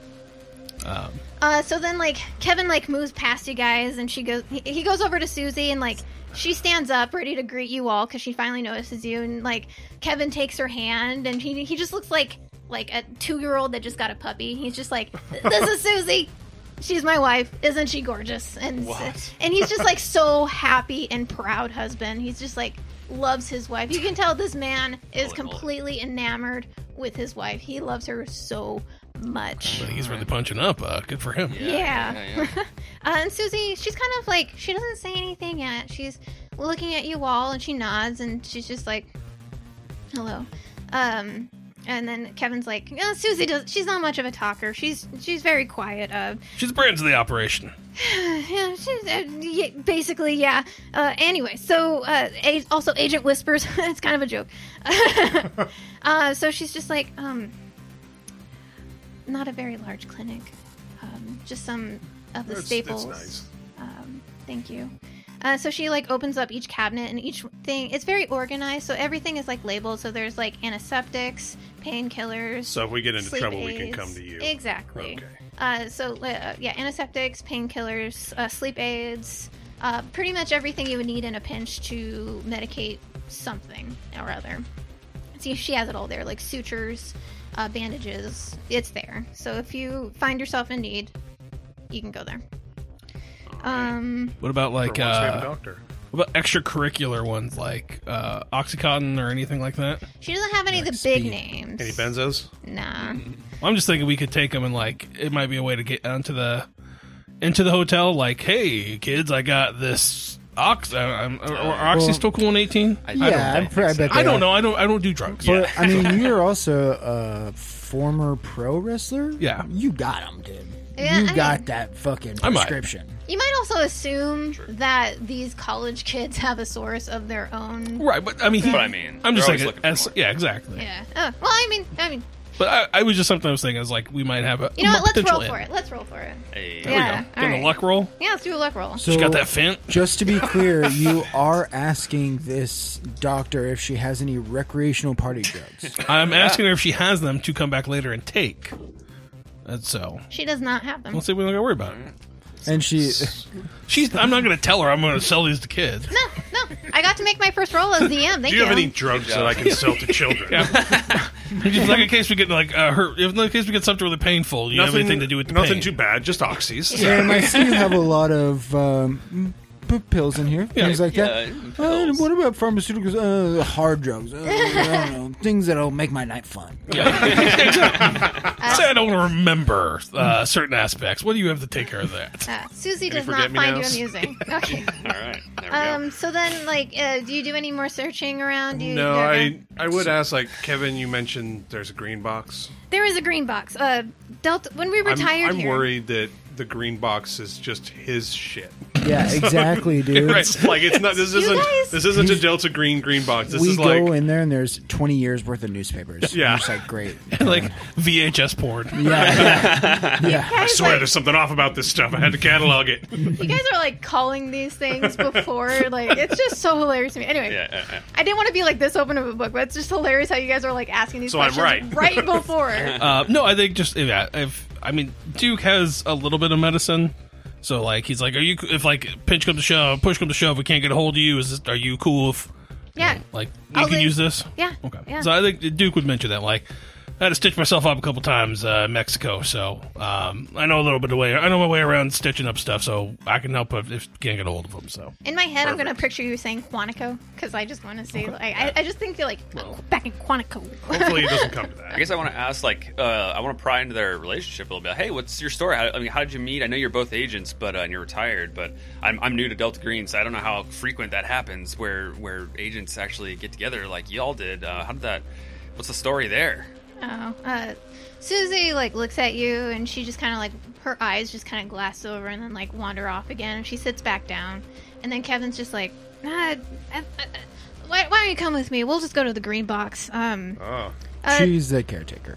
Uh, so then like Kevin like moves past you guys, and she goes, he, he goes over to Susie, and like she stands up ready to greet you all because she finally notices you, and like Kevin takes her hand, and he he just looks like like a two year old that just got a puppy. He's just like, this is Susie. She's my wife. Isn't she gorgeous? And and he's just like so happy and proud husband. He's just like loves his wife. You can tell this man is completely enamored with his wife. He loves her so much. He's really punching up. Uh, good for him. Yeah. yeah, yeah. Uh, and Susie, she's kind of like she doesn't say anything yet. She's looking at you all, and she nods, and she's just like, "Hello." Um, and then Kevin's like, "No, Susie does. She's not much of a talker. She's she's very quiet. Uh, She's the brains of the operation. yeah, she's uh, yeah, basically yeah. Uh, anyway, so uh, a- also Agent whispers. it's kind of a joke. uh, so she's just like, um, not a very large clinic, um, just some of the That's- that's staples. nice. Um, thank you. Uh, so she like opens up each cabinet and each thing. It's very organized, so everything is like labeled. So there's like antiseptics, painkillers, so if we get into Sleep trouble, we can aids. come to you. Exactly. Okay. Uh, so, uh, yeah, antiseptics, painkillers, uh, sleep aids, uh, pretty much everything you would need in a pinch to medicate something or other. See, she has it all there, like sutures, uh, bandages. It's there. So if you find yourself in need, you can go there. Um, What about like For once, we have a uh, doctor. what about extracurricular ones like uh, OxyContin or anything like that? she doesn't have any of the big speed. names. Any Mm-hmm. benzos? Nah. I'm just thinking we could take them and like it might be a way to get onto the into the hotel. Like, hey kids, I got this ox. uh, um, Or are Oxy Well- still cool in 18? I, I don't Yeah, I'm think pre- I so. bet I they don't are. know. I don't. I don't do drugs. Yeah. But I mean, you're also a former pro wrestler. Yeah. you got him, dude. Yeah, you I got mean- that fucking I might. prescription. You might also assume that these college kids have a source of their own Right, but I mean, he- But I mean, I'm just they're always saying, looking for as, more. yeah, exactly. Yeah. Oh, well, I mean, I mean, But I, I was just something I was thinking. I was like, we might have a you know what? Let's potential roll in. for it. Let's roll for it. Hey. There Yeah, we go. Doing all right. a luck roll. Yeah, let's do a luck roll. So She got that fint. Just to be clear, you are asking this doctor if she has any recreational party drugs. I'm asking her if she has them to come back later and take. And so, She does not have them. let's see. We don't got to worry about it. And she She's. I'm not going to tell her. I'm going to sell these to kids. No, no. I got to make my first roll as DM. Thank Do you have any drugs that I can sell to children? Just like in case we get like uh, hurt. If in case we get something really painful, you have anything to do with the nothing pain. too bad, just oxys. and I see you have a lot of um, p- pills in here, things like that. yeah, Uh, pills. what about pharmaceuticals? Uh, hard drugs. Uh, I don't know, things that'll make my night fun. Say I don't remember uh, certain aspects. What do you have to take care of that? Uh, Susie you does not forget me find you nows? amusing. Okay. All right. There we Um. So then, like, uh, do you do any more searching around? Do you, No, you ever- I I would ask like Kevin. You mentioned there's a green box. There is a green box. Uh, Delta. When we I'm, retired I'm here. worried that the green box is just his shit. Yeah, exactly, dude. It's like it's not. This isn't. guys- This isn't a Delta Green green box. This we is like go in there and there's 20 years worth of newspapers. Yeah. I'm just like great. like VHS porn. yeah, yeah. You I guys, swear like, there's something off about this stuff. I had to catalog it. you guys are like calling these things before. like, it's just so hilarious to me. Anyway, go. Yeah, yeah, I didn't want to be like this open of a book, but it's just hilarious how you guys are like asking these So I'm questions right before. Uh, no, I think just yeah. If I mean Duke has a little bit of medicine, so like he's like, are you if like pinch comes to shove, push comes to shove, we can't get a hold of you. Is this, are you cool if yeah. like you I'll can leave. use this? Yeah. Okay. Yeah. So I think Duke would mention that like. I had to stitch myself up a couple times uh, in Mexico, so um, I know a little bit of way. I know my way around stitching up stuff, so I can help if, if can't get a hold of them. So In my head, I'm gonna picture you saying Quantico because I just want to see. Like, I, I just think you're like back in Quantico. Hopefully, it doesn't come to I that. guess I want to ask, like, uh, I want to pry into their relationship a little bit. Hey, what's your story? How, I mean, how did you meet? I know you're both agents, but uh, and you're retired. But I'm, I'm new to Delta Green, so I don't know how frequent that happens, where where agents actually get together, like y'all did. Uh, how did that? What's the story there? oh, uh, Susie like looks at you and she just kind of like her eyes just kind of glass over and then like wander off again and she sits back down And then Kevin's just like, nah, I- I- I- why, why don't you come with me? We'll just go to the green box. Um, Oh. uh, She's the caretaker.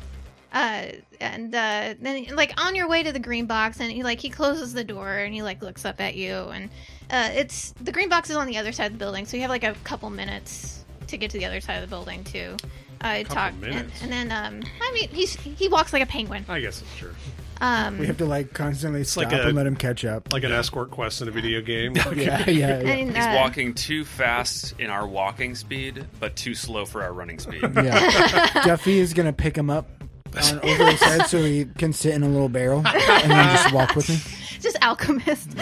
uh, and uh, then like on your way to the green box, and he like he closes the door and he like looks up at you, and uh, it's the green box is on the other side of the building, so you have like a couple minutes to get to the other side of the building too. Uh, you Couple talk, and- minutes? And, then um, I mean he's he walks like a penguin. I guess it's sure. Um, We have to like constantly stop like a- and let him catch up. Like an escort quest in a video game. yeah, yeah, yeah. and, He's uh, walking too fast in our walking speed, but too slow for our running speed. Yeah. Duffy is gonna pick him up on over his head so he can sit in a little barrel and then just walk with me. just alchemist.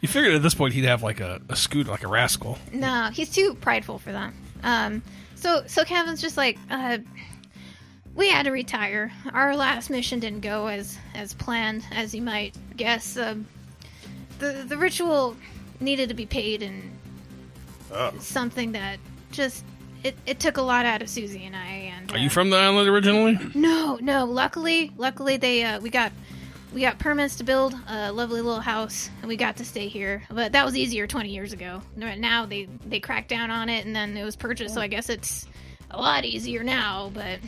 You figured at this point he'd have like a, a scooter, like a rascal. No, he's too prideful for that. Um, so so Kevin's just like, uh, we had to retire. Our last mission didn't go as as planned, as you might guess. Um, the the ritual needed to be paid, and something that just it, it took a lot out of Susie and I. And Are uh, you from the island originally? no, no. Luckily, luckily they uh, we got we got permits to build a lovely little house, and we got to stay here. But that was easier 20 years ago. Right Now they they cracked down on it, and then it was purchased. So I guess it's a lot easier now. But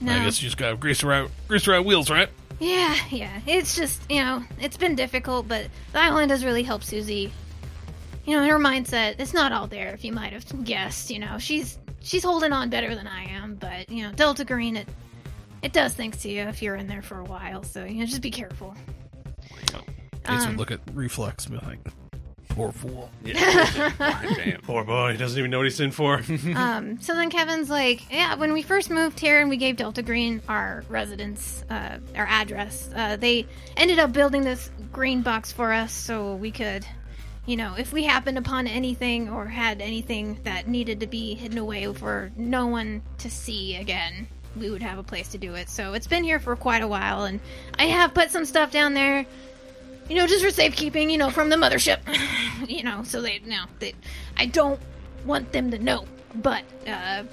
no, I guess you just got grease around, grease around wheels, right? yeah, yeah. It's just, you know, it's been difficult, but the island has really helped Susie. You know, in her mindset, it's not all there, if you might have guessed, you know. She's she's holding on better than I am, but you know, Delta Green it it does things to you if you're in there for a while, so you know, just be careful. Ace Um. would look at reflex and be like, "Poor fool." Yeah. Damn. Poor boy, he doesn't even know what he's in for. Um, so then Kevin's like, yeah, when we first moved here and we gave Delta Green our residence, uh, our address, uh, they ended up building this green box for us so we could, you know, if we happened upon anything or had anything that needed to be hidden away for no one to see again, we would have a place to do it. So it's been here for quite a while, and I have put some stuff down there you know, just for safekeeping, you know, from the mothership, you know, so they no, they, I don't want them to know, but uh,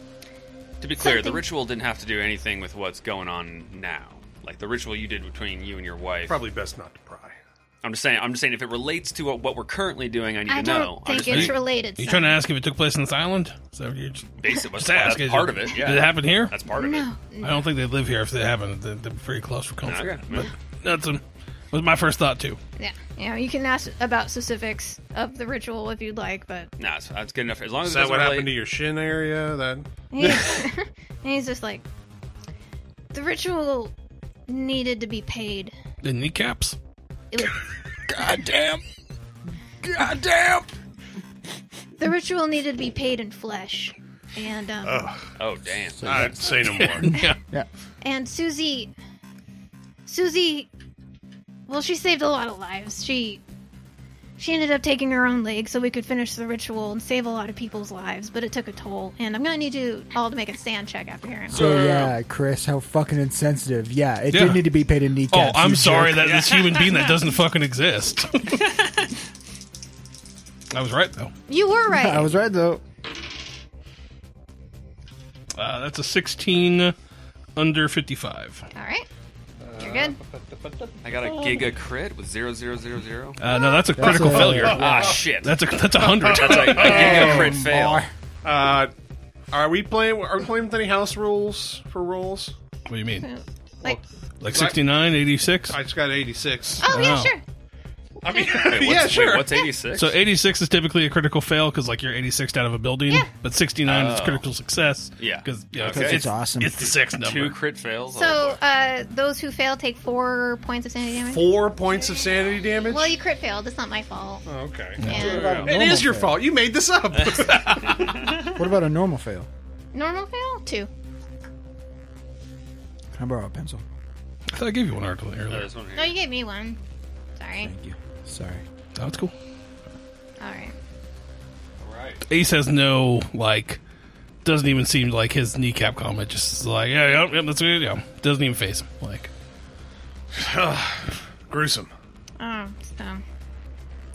To be clear, the Something- ritual didn't have to do anything with what's going on now. Like the ritual you did between you and your wife. Probably best not to pry. I'm just saying. I'm just saying if it relates to what, what we're currently doing, I need to I don't know. I'm think just it's being related. You so- trying to ask if it took place on this island? So you just, basic. What's just ask. that's is part of it. Yeah, Did Uh, it happen here? That's part of No, I don't think they live here. If they haven't, they- they're pretty close for it. comfort. Okay. Well, That's um was my first thought too. yeah, you know, you can ask about specifics of the ritual if you'd like, but Nah, so that's good enough. As long as Is it that doesn't what relate- happened to your shin area? That he's, and he's just like, the ritual needed to be paid. The kneecaps. It was, God damn. God damn. the ritual needed to be paid in flesh, and um, Oh damn! I'd say no more. Yeah. and Susie Susie well she saved a lot of lives. She she ended up taking her own leg so we could finish the ritual and save a lot of people's lives, but it took a toll. And I'm gonna need you all to make a sand check after hearing. all So yeah, Chris, how fucking insensitive. Yeah, it Yeah. did need to be paid in Oh, kneecaps. I'm you sorry jerk. that this human being that doesn't fucking exist. I was right though. that. You were right. I was right though. Uh, that's a 16 under 55. All right. Uh, You're good. I got a Oh. giga crit with zero zero zero zero. Uh, no, that's a critical a- failure. Ah shit! That's a that's a hundred. That's a, a giga crit fail. Uh, are we playing? Are we playing with any house rules for rolls? what do you mean? Like Like 69, 86? I just got eighty six. Oh yeah, Wow. sure. I mean, Wait, what's, yeah, sure. Wait, what's eighty six? So 86 is typically a critical fail because like you're 86 out of a building, Yeah. but 69 is Oh. critical success. Yeah. because Okay. It's awesome. It's the six number. two crit fails. Oh, So uh those who fail take four points of sanity damage. Four points of sanity damage. Well you crit failed, it's not my fault. Oh, okay. Yeah. It is your fault. You made this up. What about a normal fail? Normal fail? Two. Can I borrow a pencil? I thought I gave you one article earlier. There's one here. No, you gave me one. Sorry. Thank you. Sorry. Oh, that's cool. Alright. Ace has no like. Doesn't even seem like his kneecap comment. Just is like yeah, yeah, yeah, that's good. Yeah, doesn't even face him. Like Gruesome. Oh, so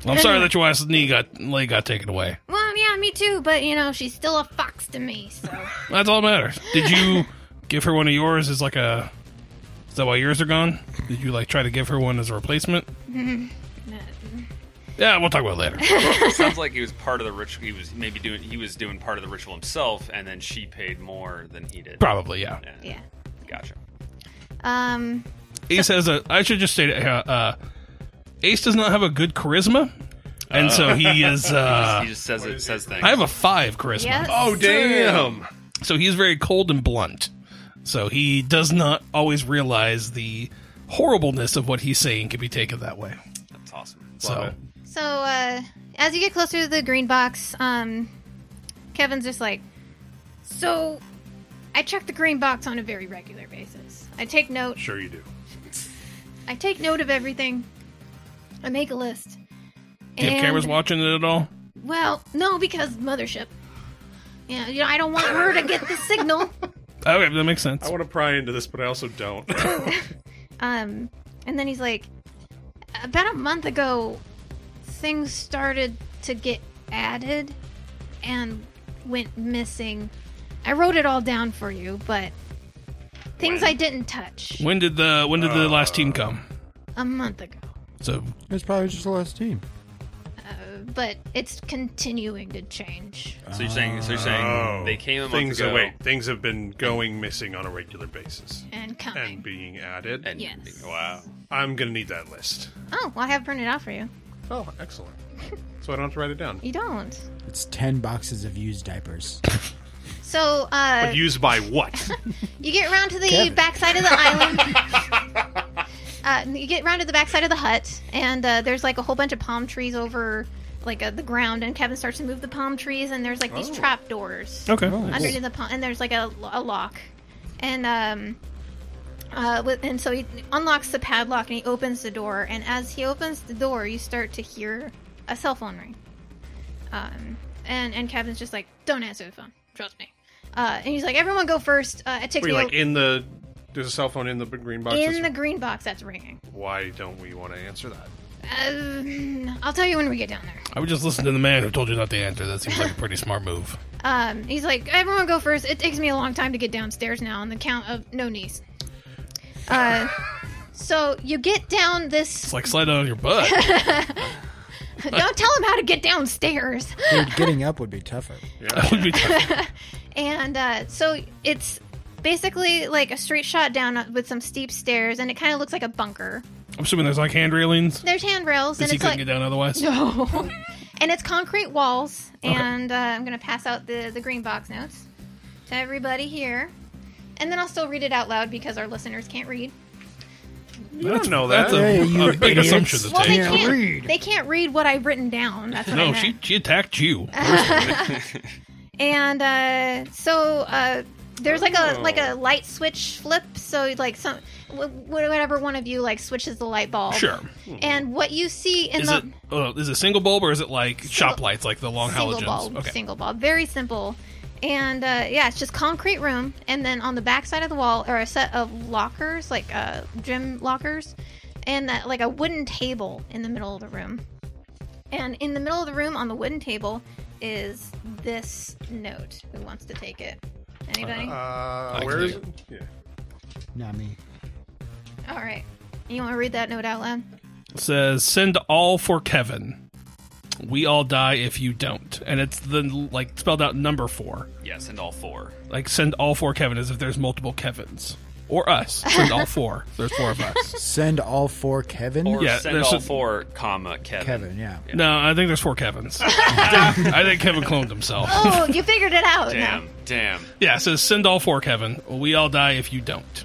well, I'm sorry that your wife's knee got leg got taken away. Well, yeah, me too, but you know, she's still a fox to me, so. That's all that matters. Did you give her one of yours as like a? Is that why yours are gone? Did you like try to give her one as a replacement? Yeah, we'll talk about it later. Sounds like he was part of the ritual. He was maybe doing. He was doing part of the ritual himself, and then she paid more than he did. Probably, yeah. Yeah. Gotcha. Um. Ace has a. I should just say that uh, uh, Ace does not have a good charisma, and so he is. Uh, he just says it. Says things. I have a five charisma, Yes. Oh damn! so he's very cold and blunt. So he does not always realize the horribleness of what he's saying can be taken that way. That's awesome. So So uh, as you get closer to the green box, um, Kevin's just like, so I check the green box on a very regular basis. I take note. Sure you do. I take note of everything. I make a list. do you have And- cameras watching it at all? Well, no, because mothership. Yeah, you know, I don't want her to get the signal. Okay, Oh, that makes sense. I want to pry into this, but I also don't. Um, and then he's like, about a month ago, things started to get added and went missing. I wrote it all down for you, but things I didn't touch When did the when did Uh, the last team come? a month ago. So It's probably just the last team. But it's continuing to change. So you're saying? So you're saying Oh. they came a month things ago? Have, wait, things have been going missing on a regular basis And and coming. being added. And Yes. wow. I'm gonna need that list. oh, well, I have printed out for you. Oh, excellent. So I don't have to write it down. You don't. It's ten boxes of used diapers. So, uh, But used by what? You get round to the Kevin. backside of the island. uh, you get round to the backside of the hut, and uh, there's like a whole bunch of palm trees over like uh, the ground. And Kevin starts to move the palm trees, and there's like these trap doors okay, underneath the palm, and there's like a, a lock, and um, uh, with, and so he unlocks the padlock and he opens the door. And as he opens the door, you start to hear a cell phone ring. Um, and and Kevin's just like, "Don't answer the phone, trust me." Uh, and he's like, "Everyone go first. Uh, it takes Were you me like a- in the? There's a cell phone in the b- green box. in the That's- green box that's ringing." Why don't we want to answer that? Um, I'll tell you when we get down there. I would just listen to the man who told you not to enter. That seems like a pretty smart move. Um, he's like, everyone go first. It takes me a long time to get downstairs now on the count of no knees. Uh, so you get down this. It's like slide on your butt. Don't tell him how to get downstairs. Dude, getting up would be tougher. That would be tough. And uh, so it's basically like a straight shot down uh, with some steep stairs, and it kind of looks like a bunker. I'm assuming there's like hand railings. There's handrails, Since and he it's couldn't like get down otherwise. no, and it's concrete walls. And uh, I'm gonna pass out the the green box notes to everybody here, and then I'll still read it out loud because our listeners can't read. You don't know That's a, Hey, you a big idiots. assumption to Well, they take. Can't can't. read. They can't read what I've written down. That's what I No, meant. she she attacked you. And uh, so uh, there's like Oh. a like a light switch flip. So like some wh- whatever one of you like switches the light bulb. Sure. And what you see in Is the it uh, is it single bulb or is it like shop lights like the long single halogens? bulb, okay. single bulb, very simple. And uh, yeah, it's just concrete room, and then on the back side of the wall are a set of lockers, like uh, gym lockers, and that like a wooden table in the middle of the room. And in the middle of the room, on the wooden table, is this note. Who wants to take it? Anybody? Uh, can where do is it. it? Yeah. Not me. All right. You want to read that note out loud? says send all for Kevin. We all die if you don't, and it's the like spelled out number four. Yes, and all four. Like send all four Kevin as if there's multiple Kevins or us. Send all four. There's four of us. Send all four Kevin. Or Yeah, send there's all a- four, comma Kevin. Kevin, yeah. No, I think there's four Kevins. I, think, I think Kevin cloned himself. Oh, you figured it out. Damn, No. damn. Yeah, it says send all four, Kevin. We all die if you don't.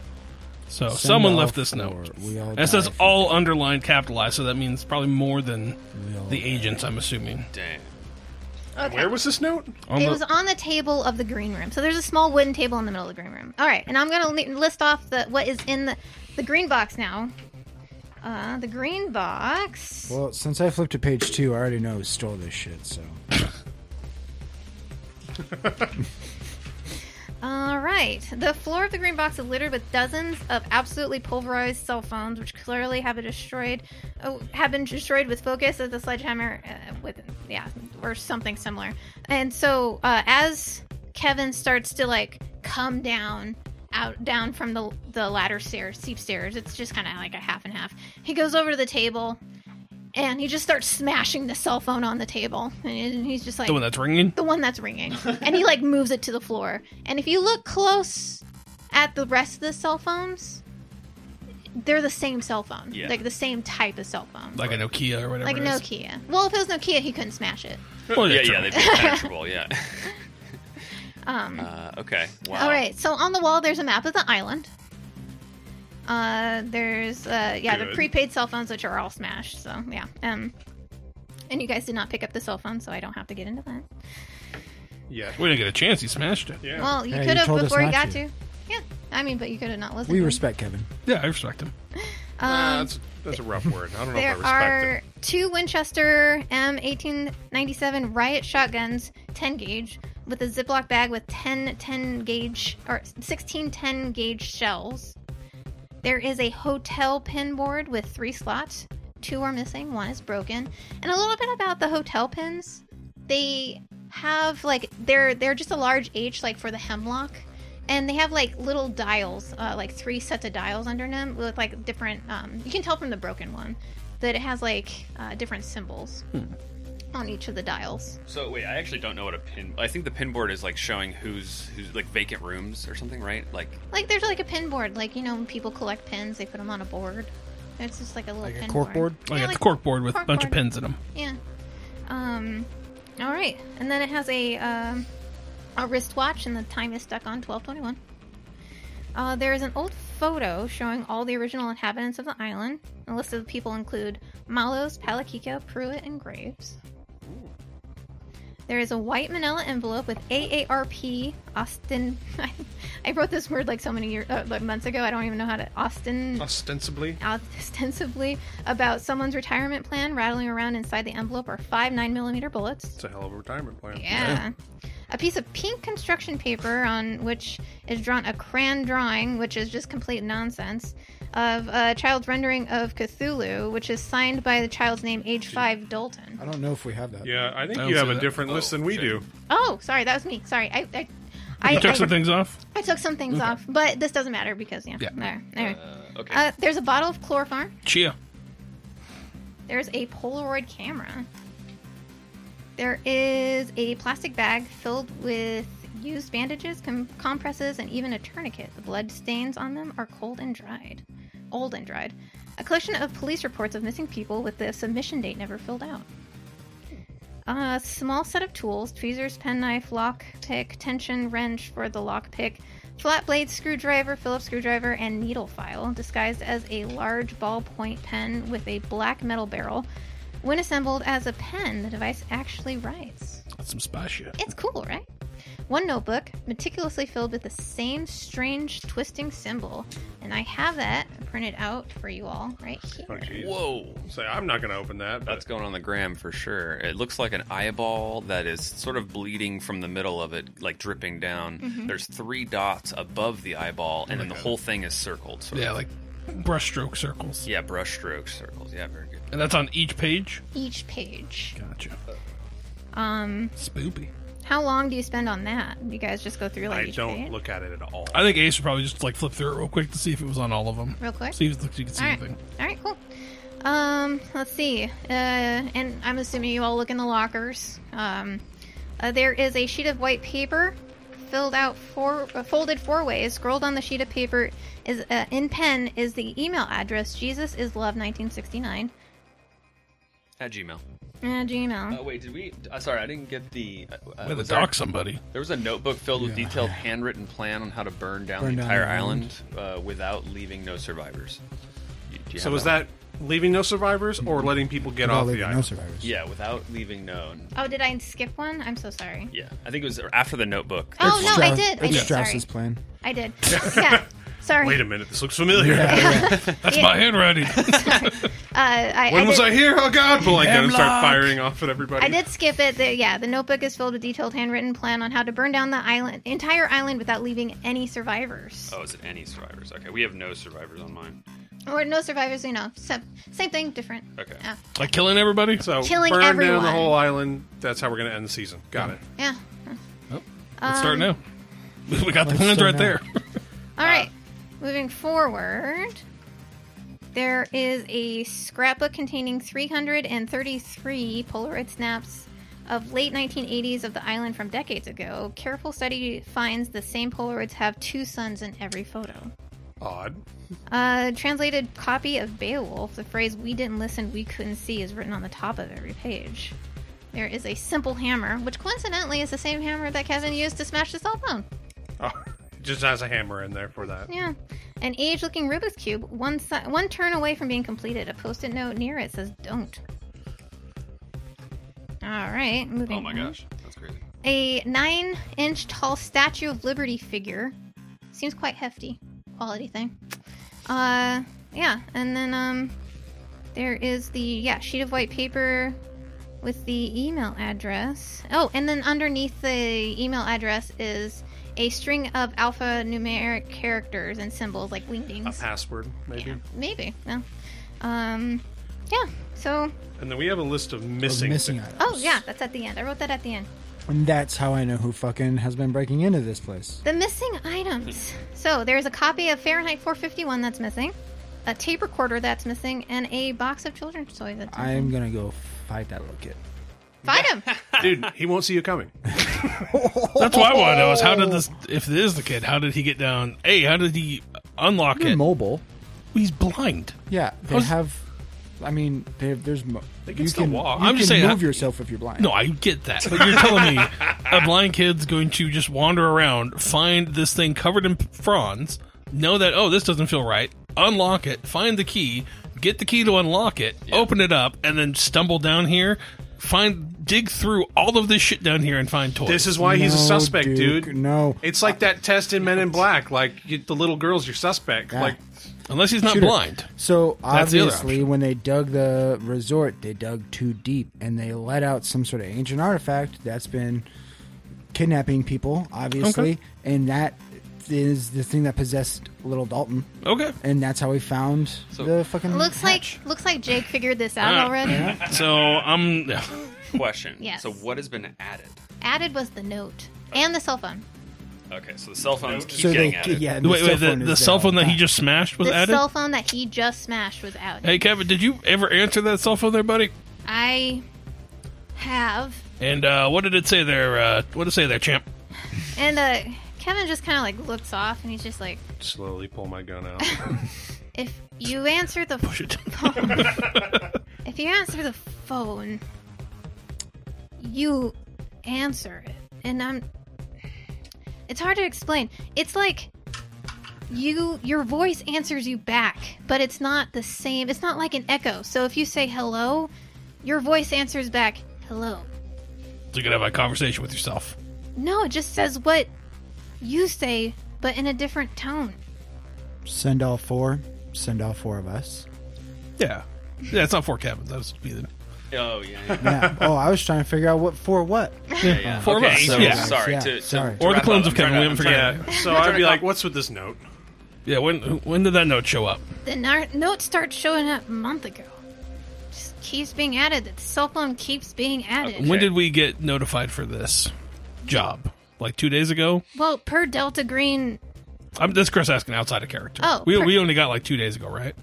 So someone all left this four. note. We all And die it says if you all underlined capitalized, so that means probably more than all the agents, I'm assuming. Damn. Okay. Where was this note? On it the- was on the table of the green room. So there's a small wooden table in the middle of the green room. All right, and I'm gonna li- list off the what is in the, the green box now. Uh, the green box. Well, since I flipped to page two, I already know who stole this shit. So All right. The floor of the green box is littered with dozens of absolutely pulverized cell phones, which clearly have been destroyed, oh, have been destroyed with focus as the sledgehammer, uh, with yeah, or something similar. And so, uh, as Kevin starts to like come down, out down from the the ladder stairs, steep stairs, it's just kind of like a half and half. He goes over to the table, and he just starts smashing the cell phone on the table, and he's just like The one that's ringing? the one that's ringing, and he like moves it to the floor. And if you look close at the rest of the cell phones, they're the same cell phone, Yeah. like the same type of cell phone, Like a Nokia or whatever. like a it is. Nokia. Well, if it was Nokia, he couldn't smash it. Well, yeah, that's yeah, true. they'd be impenetrable. Yeah. Um, Uh, okay. Wow. All right. So on the wall, there's a map of the island. Uh, there's uh, yeah, the Good. prepaid cell phones, which are all smashed. So yeah, um, and you guys did not pick up the cell phone, so I don't have to get into that. Yeah. We didn't get a chance. He smashed it. Yeah. Well, you Hey, could you have told us before you not got to. to. Yeah, I mean, but you could have not listened. We to me. respect Kevin. Yeah, I respect him. Um, Nah, that's, that's a rough word. I don't know if I There respect are it. two Winchester M1897 riot shotguns, 10 gauge, with a Ziploc bag with 10 10 gauge or 16 10 gauge shells. There is a hotel pin board with three slots. Two are missing, one is broken. And a little bit about the hotel pins. They have like they're they're just a large H like for the hemlock. And they have like little dials, uh, like three sets of dials under them with like different. Um, you can tell from the broken one that it has like uh, different symbols Hmm. on each of the dials. So wait, I actually don't know what a pin. I think the pin board is like showing who's who's like vacant rooms or something, right? Like Like there's like a pin board, like you know when people collect pins, they put them on a board. It's just like a little Like a pin cork board? Like yeah, it's like- cork board with a cork bunch of board. pins in them. Yeah. Um. All right, and then it has a um, a wristwatch, and the time is stuck on twelve twenty one. Uh, there is an old photo showing all the original inhabitants of the island. A list of the people include Malos, Palakika, Pruitt, and Graves. There is a white manila envelope with AARP Austin. I, wrote this word like so many years, uh, like months ago. I don't even know how to Austin Ostensibly. ostensibly about someone's retirement plan rattling around inside the envelope are five 9mm bullets. It's a hell of a retirement plan. Yeah. A piece of pink construction paper on which is drawn a crayon drawing, which is just complete nonsense, of a child's rendering of Cthulhu, which is signed by the child's name, age five, Dalton. I don't know if we have that. Yeah, I think I you don't have see a that. different list than we do. Oh, sorry, that was me. Sorry, I. I I, You took I- some things off? I took some things off, but this doesn't matter because yeah. Yeah. There, there. uh, okay. Uh, there's a bottle of chloroform. Chia. There's a Polaroid camera. There is a plastic bag filled with used bandages, com- compresses, and even a tourniquet. The blood stains on them are cold and dried. Old and dried. A collection of police reports of missing people with the submission date never filled out. A small set of tools tweezers, penknife, lock pick, tension wrench for the lock pick, flat blade screwdriver, Phillips screwdriver, and needle file, disguised as a large ballpoint pen with a black metal barrel. When assembled as a pen, the device actually writes. That's some spy shit. It's cool, right? One notebook, meticulously filled with the same strange twisting symbol, and I have that printed out for you all right here. Oh, jeez. Whoa. Say, I'm not going to open that. That's But going on the gram for sure. It looks like an eyeball that is sort of bleeding from the middle of it, like dripping down. There's three dots above the eyeball, and then the whole thing is circled. Sort Oh Yeah, of. like brushstroke circles. yeah, brush strokes, circles. Yeah, very good. And that's on each page? Each page. Gotcha. Um, Spoopy. how long do you spend on that? You guys just go through like I each don't page? look at it at all. I think Ace would probably just like flip through it real quick to see if it was on all of them. real quick. See if you can see All right. anything. All right, cool. Um, let's see. Uh, and I'm assuming you all look in the lockers. Um, uh, there is a sheet of white paper filled out four, uh, folded four ways. Scrolled on the sheet of paper is uh, in pen is the email address. Jesus is love 1969 At Gmail. uh, Oh. Gmail. Uh, wait, did we? Uh, sorry, I didn't get the. Uh, uh, Way to was there- dock somebody. There was a notebook filled with detailed handwritten plan on how to burn down Burn the down entire the island uh, without leaving no survivors. You- do you so have was that leaving no survivors or letting people get Well, off there the were island? no survivors. Yeah, without leaving known. Oh, did I skip one? I'm so sorry. Yeah, I think it was after the notebook. Oh It's no, I uh, Strauss- did. I It's did. Sorry, Strauss's plan. I did. Yeah, sorry. Wait a minute, this looks familiar. That's my handwriting. Uh, I, When I was did- I here? Oh God! Well, I gotta Hemlock. start firing off at everybody. I did skip it. The, yeah, the notebook is filled with detailed handwritten plan on how to burn down the island, entire island, without leaving any survivors. Oh, is it any survivors? Okay, we have no survivors on mine. Or no survivors, you know. Sub, same thing, different. Okay. Yeah. like killing everybody? So Killing Oh, burn down everyone. the whole island. That's how we're gonna end the season. Got it. yeah. Let's start Um, now. We got the Let's plans start right now. there. All right. Moving forward. There is a scrapbook containing 333 Polaroid snaps of late 1980s of the island from decades ago. Careful study finds the same Polaroids have two suns in every photo. Odd. A translated copy of Beowulf, the phrase we didn't listen, we couldn't see is written on the top of every page. There is a simple hammer, which coincidentally is the same hammer that Kevin used to smash the cell phone. Oh, just has a hammer in there for that. Yeah. An aged looking Rubik's Cube, one, si- one turn away from being completed. A post it note near it says, don't. All right, moving Oh my on. gosh, that's crazy. A nine inch tall Statue of Liberty figure. Seems quite hefty. Quality thing. Uh yeah, and then um there is the yeah, sheet of white paper with the email address. Oh, and then underneath the email address is a string of alphanumeric characters and symbols like A wingdings. password, maybe. Maybe. No. Um yeah. So And then we have a list of missing. missing things. items. oh yeah, that's at the end. I wrote that at the end. And that's how I know who fucking has been breaking into this place. The missing items. So there's a copy of Fahrenheit 451 that's missing, a tape recorder that's missing, and a box of children's toys that's missing. I'm gonna go fight that little kid. Find him. Dude, he won't see you coming. That's what I want to know is how did this? If it is the kid, how did he get down? A, how did he unlock You're it? mobile. He's blind. Yeah, they How's- have. I mean, they, there's. Mo- they can still walk. You I'm just can saying, move how- yourself if you're blind. No, I get that, but you're telling me a blind kid's going to just wander around, find this thing covered in fronds, know that oh this doesn't feel right, unlock it, find the key, get the key to unlock it, open it up, and then stumble down here, find dig through all of this shit down here and find toys. This is why he's a No, suspect, Duke, dude. no. It's like that test in Men in Black. Like you, the little girl's your suspect. Yeah. Like unless he's not Shooter. blind. So That's the other obviously, option. when they dug the resort, they dug too deep, and they let out some sort of ancient artifact that's been kidnapping people, obviously, Okay. and that is the thing that possessed little Dalton, Okay, and that's how he found the fucking. Looks hatch. like looks like Jake figured this out Ah. already. so I'm. Question. Yes. So what has been added? Added was the note and the cell phone. Okay, so the cell phones keep so getting they, added. yeah. wait, wait, the, phone is the there cell all phone that he time. just smashed was the added. cell phone that he just smashed was out. hey Kevin, did you ever answer that cell phone there, buddy? I have And uh, what did it say there? Uh, what did it say there, champ? and uh Kevin just kind of like looks off and he's just like, slowly pull my gun out. if you answer the Push it. If you answer the phone, you answer it. And I'm It's hard to explain. It's like you your voice answers you back, but it's not the same. It's not like an echo. So if you say hello, your voice answers back hello. So you can have a conversation with yourself. No, it just says what you say but in a different tone. Send all four. Send all four of us. Yeah. Yeah, it's not four cabins. That was be the Oh yeah. yeah. Yeah. oh, I was trying to figure out what for what. yeah. Four of okay, us, So, yeah. Sorry. Yeah, to, to- sorry. to Or the wrap up, clones I'm of Kevin. trying We to- haven't I'm trying forgotten. to- so I'd be to- like, "What's with this note?" Yeah, when when did that note show up? The nar- note starts showing up a month ago. Just keeps being added. The cell phone keeps being added. When did we get notified for this job? Like two days ago? Well, per Delta Green, I'm this is Chris asking outside of character. Oh, we, perfect. we only got like two days ago, right?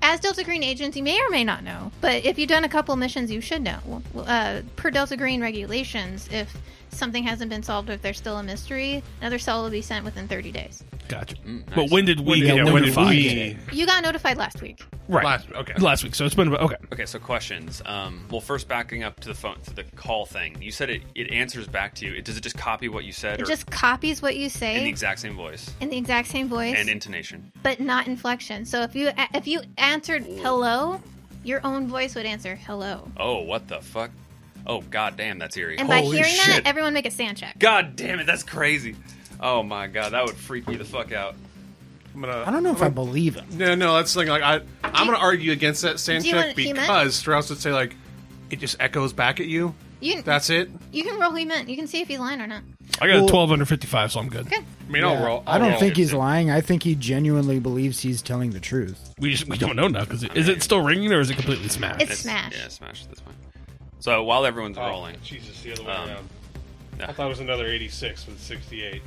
as Delta Green agents, you may or may not know, but if you've done a couple missions, you should know. Uh, per Delta Green regulations, if something hasn't been solved, if there's still a mystery, another cell will be sent within 30 days. Gotcha. But Mm, when did we get yeah, when did notified? we You got notified last week. Right. Last- okay. Last week. So it's been about okay. Okay, so questions. Um, well, first, backing up to the phone, to the call thing. You said it, it answers back to you. It, does it just copy what you said, It or just copies what you in the say exact same voice in the exact same voice, and intonation? but not inflection. So if you if you answered hello, your own voice would answer hello. Oh, what the fuck? Oh, god damn, that's eerie. And by Holy hearing shit. that, everyone make a sound check. god damn it, that's crazy. Oh my god, that would freak me the fuck out. I'm gonna. I don't know if I believe him. No, no, that's the thing. Like I, I'm gonna argue against that sand Do you check want human? because Strauss would say like, it just echoes back at you. You can, That's it. you can roll who you meant. You can see if he's lying or not. I got Well- a twelve under fifty five, so I'm good. Okay. I mean, I'll roll. I I'll don't roll. think he's lying. I think he genuinely believes he's telling the truth. We just we don't know now because is it still ringing or is it completely smashed? It's smash. Yeah, smash at this point. So while everyone's rolling, Oh, Jesus, the other way Um, around. yeah. I thought it was another 86 with 68.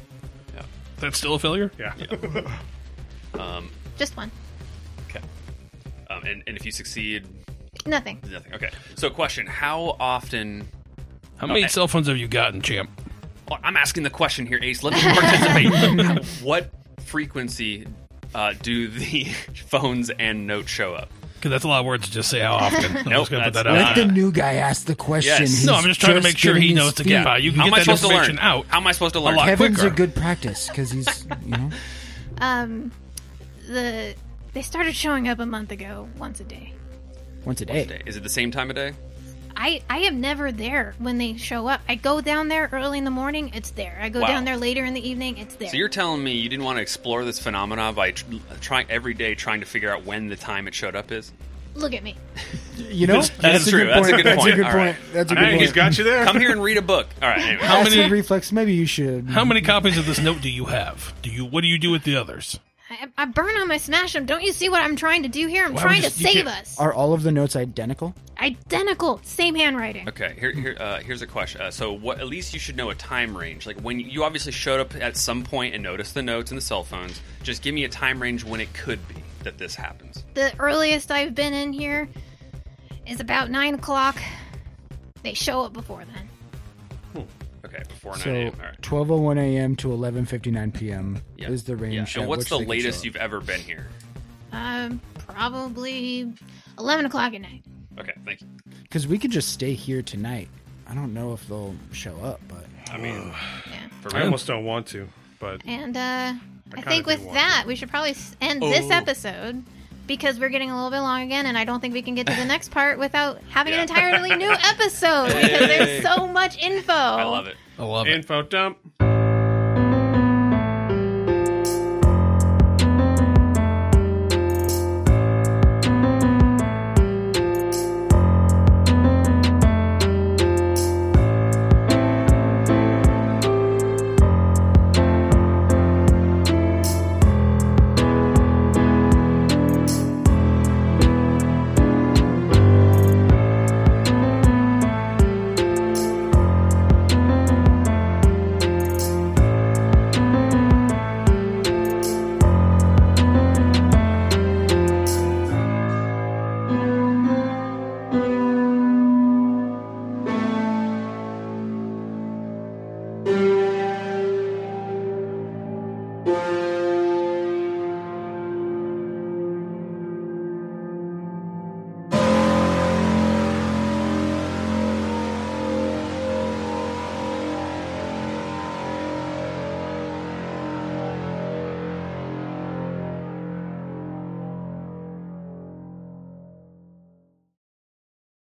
That's still a failure. Yeah. Just one. Okay. Um, and, and if you succeed, Nothing. nothing. Okay. So, question: How often? How many cell phones have you gotten, champ? Well, I'm asking the question here, Ace. Let me participate. what frequency uh, do the phones and notes show up? Because that's a lot of words to just say how often. Nope, I'm just gonna put that's that out not- there. Let the new guy ask the question. Yes. He's No, I'm just trying to make sure he getting knows his to get feet. by. You can How am get I that supposed to information learn? out. How am I supposed to learn? lot. Kevin's quicker. a good practice because he's, you know, Um, the they started showing up a month ago, once a day. once a day. Is it the same time of day? I I am never there when they show up. I go down there early in the morning. It's there. I go Wow. down there later in the evening. It's there. So you're telling me you didn't want to explore this phenomena by tr- trying every day trying to figure out when the time it showed up is? Look at me. You know, That's- that's true. That's a good That's a point. good All point. right. That's a good Hey, point. he's got you there. Come here and read a book. All right. Anyway. How Acid many? reflex? Maybe you should. How many copies of this note do you have? Do you? What do you do with the others? I, I burn on my smash them. Don't you see what I'm trying to do here? I'm Why trying would to you- you save can't- us. Are all of the notes identical? Identical, same handwriting. Okay, here, here uh, here's a question. Uh, so, what at least you should know a time range. Like when you, you obviously showed up at some point and noticed the notes and the cell phones. Just give me a time range when it could be that this happens. The earliest I've been in here is about nine o'clock. They show up before then. Okay, before nine So a.m. All right. 12:01 a.m. to 11:59 p.m. Yeah. is the range. Yeah. at And what's which the they can latest show up. you've ever been here? Um, probably eleven o'clock at night. Okay, thank you. Because we could just stay here tonight. I don't know if they'll show up, but I mean, Yeah. I almost don't want to, but And uh, I kinda think do with want that, we should probably s- end this episode because we're getting a little bit long again, and I don't think we can get to the next part without having an entirely new episode because there's so much info. Uh, I love it. I love it. info dump.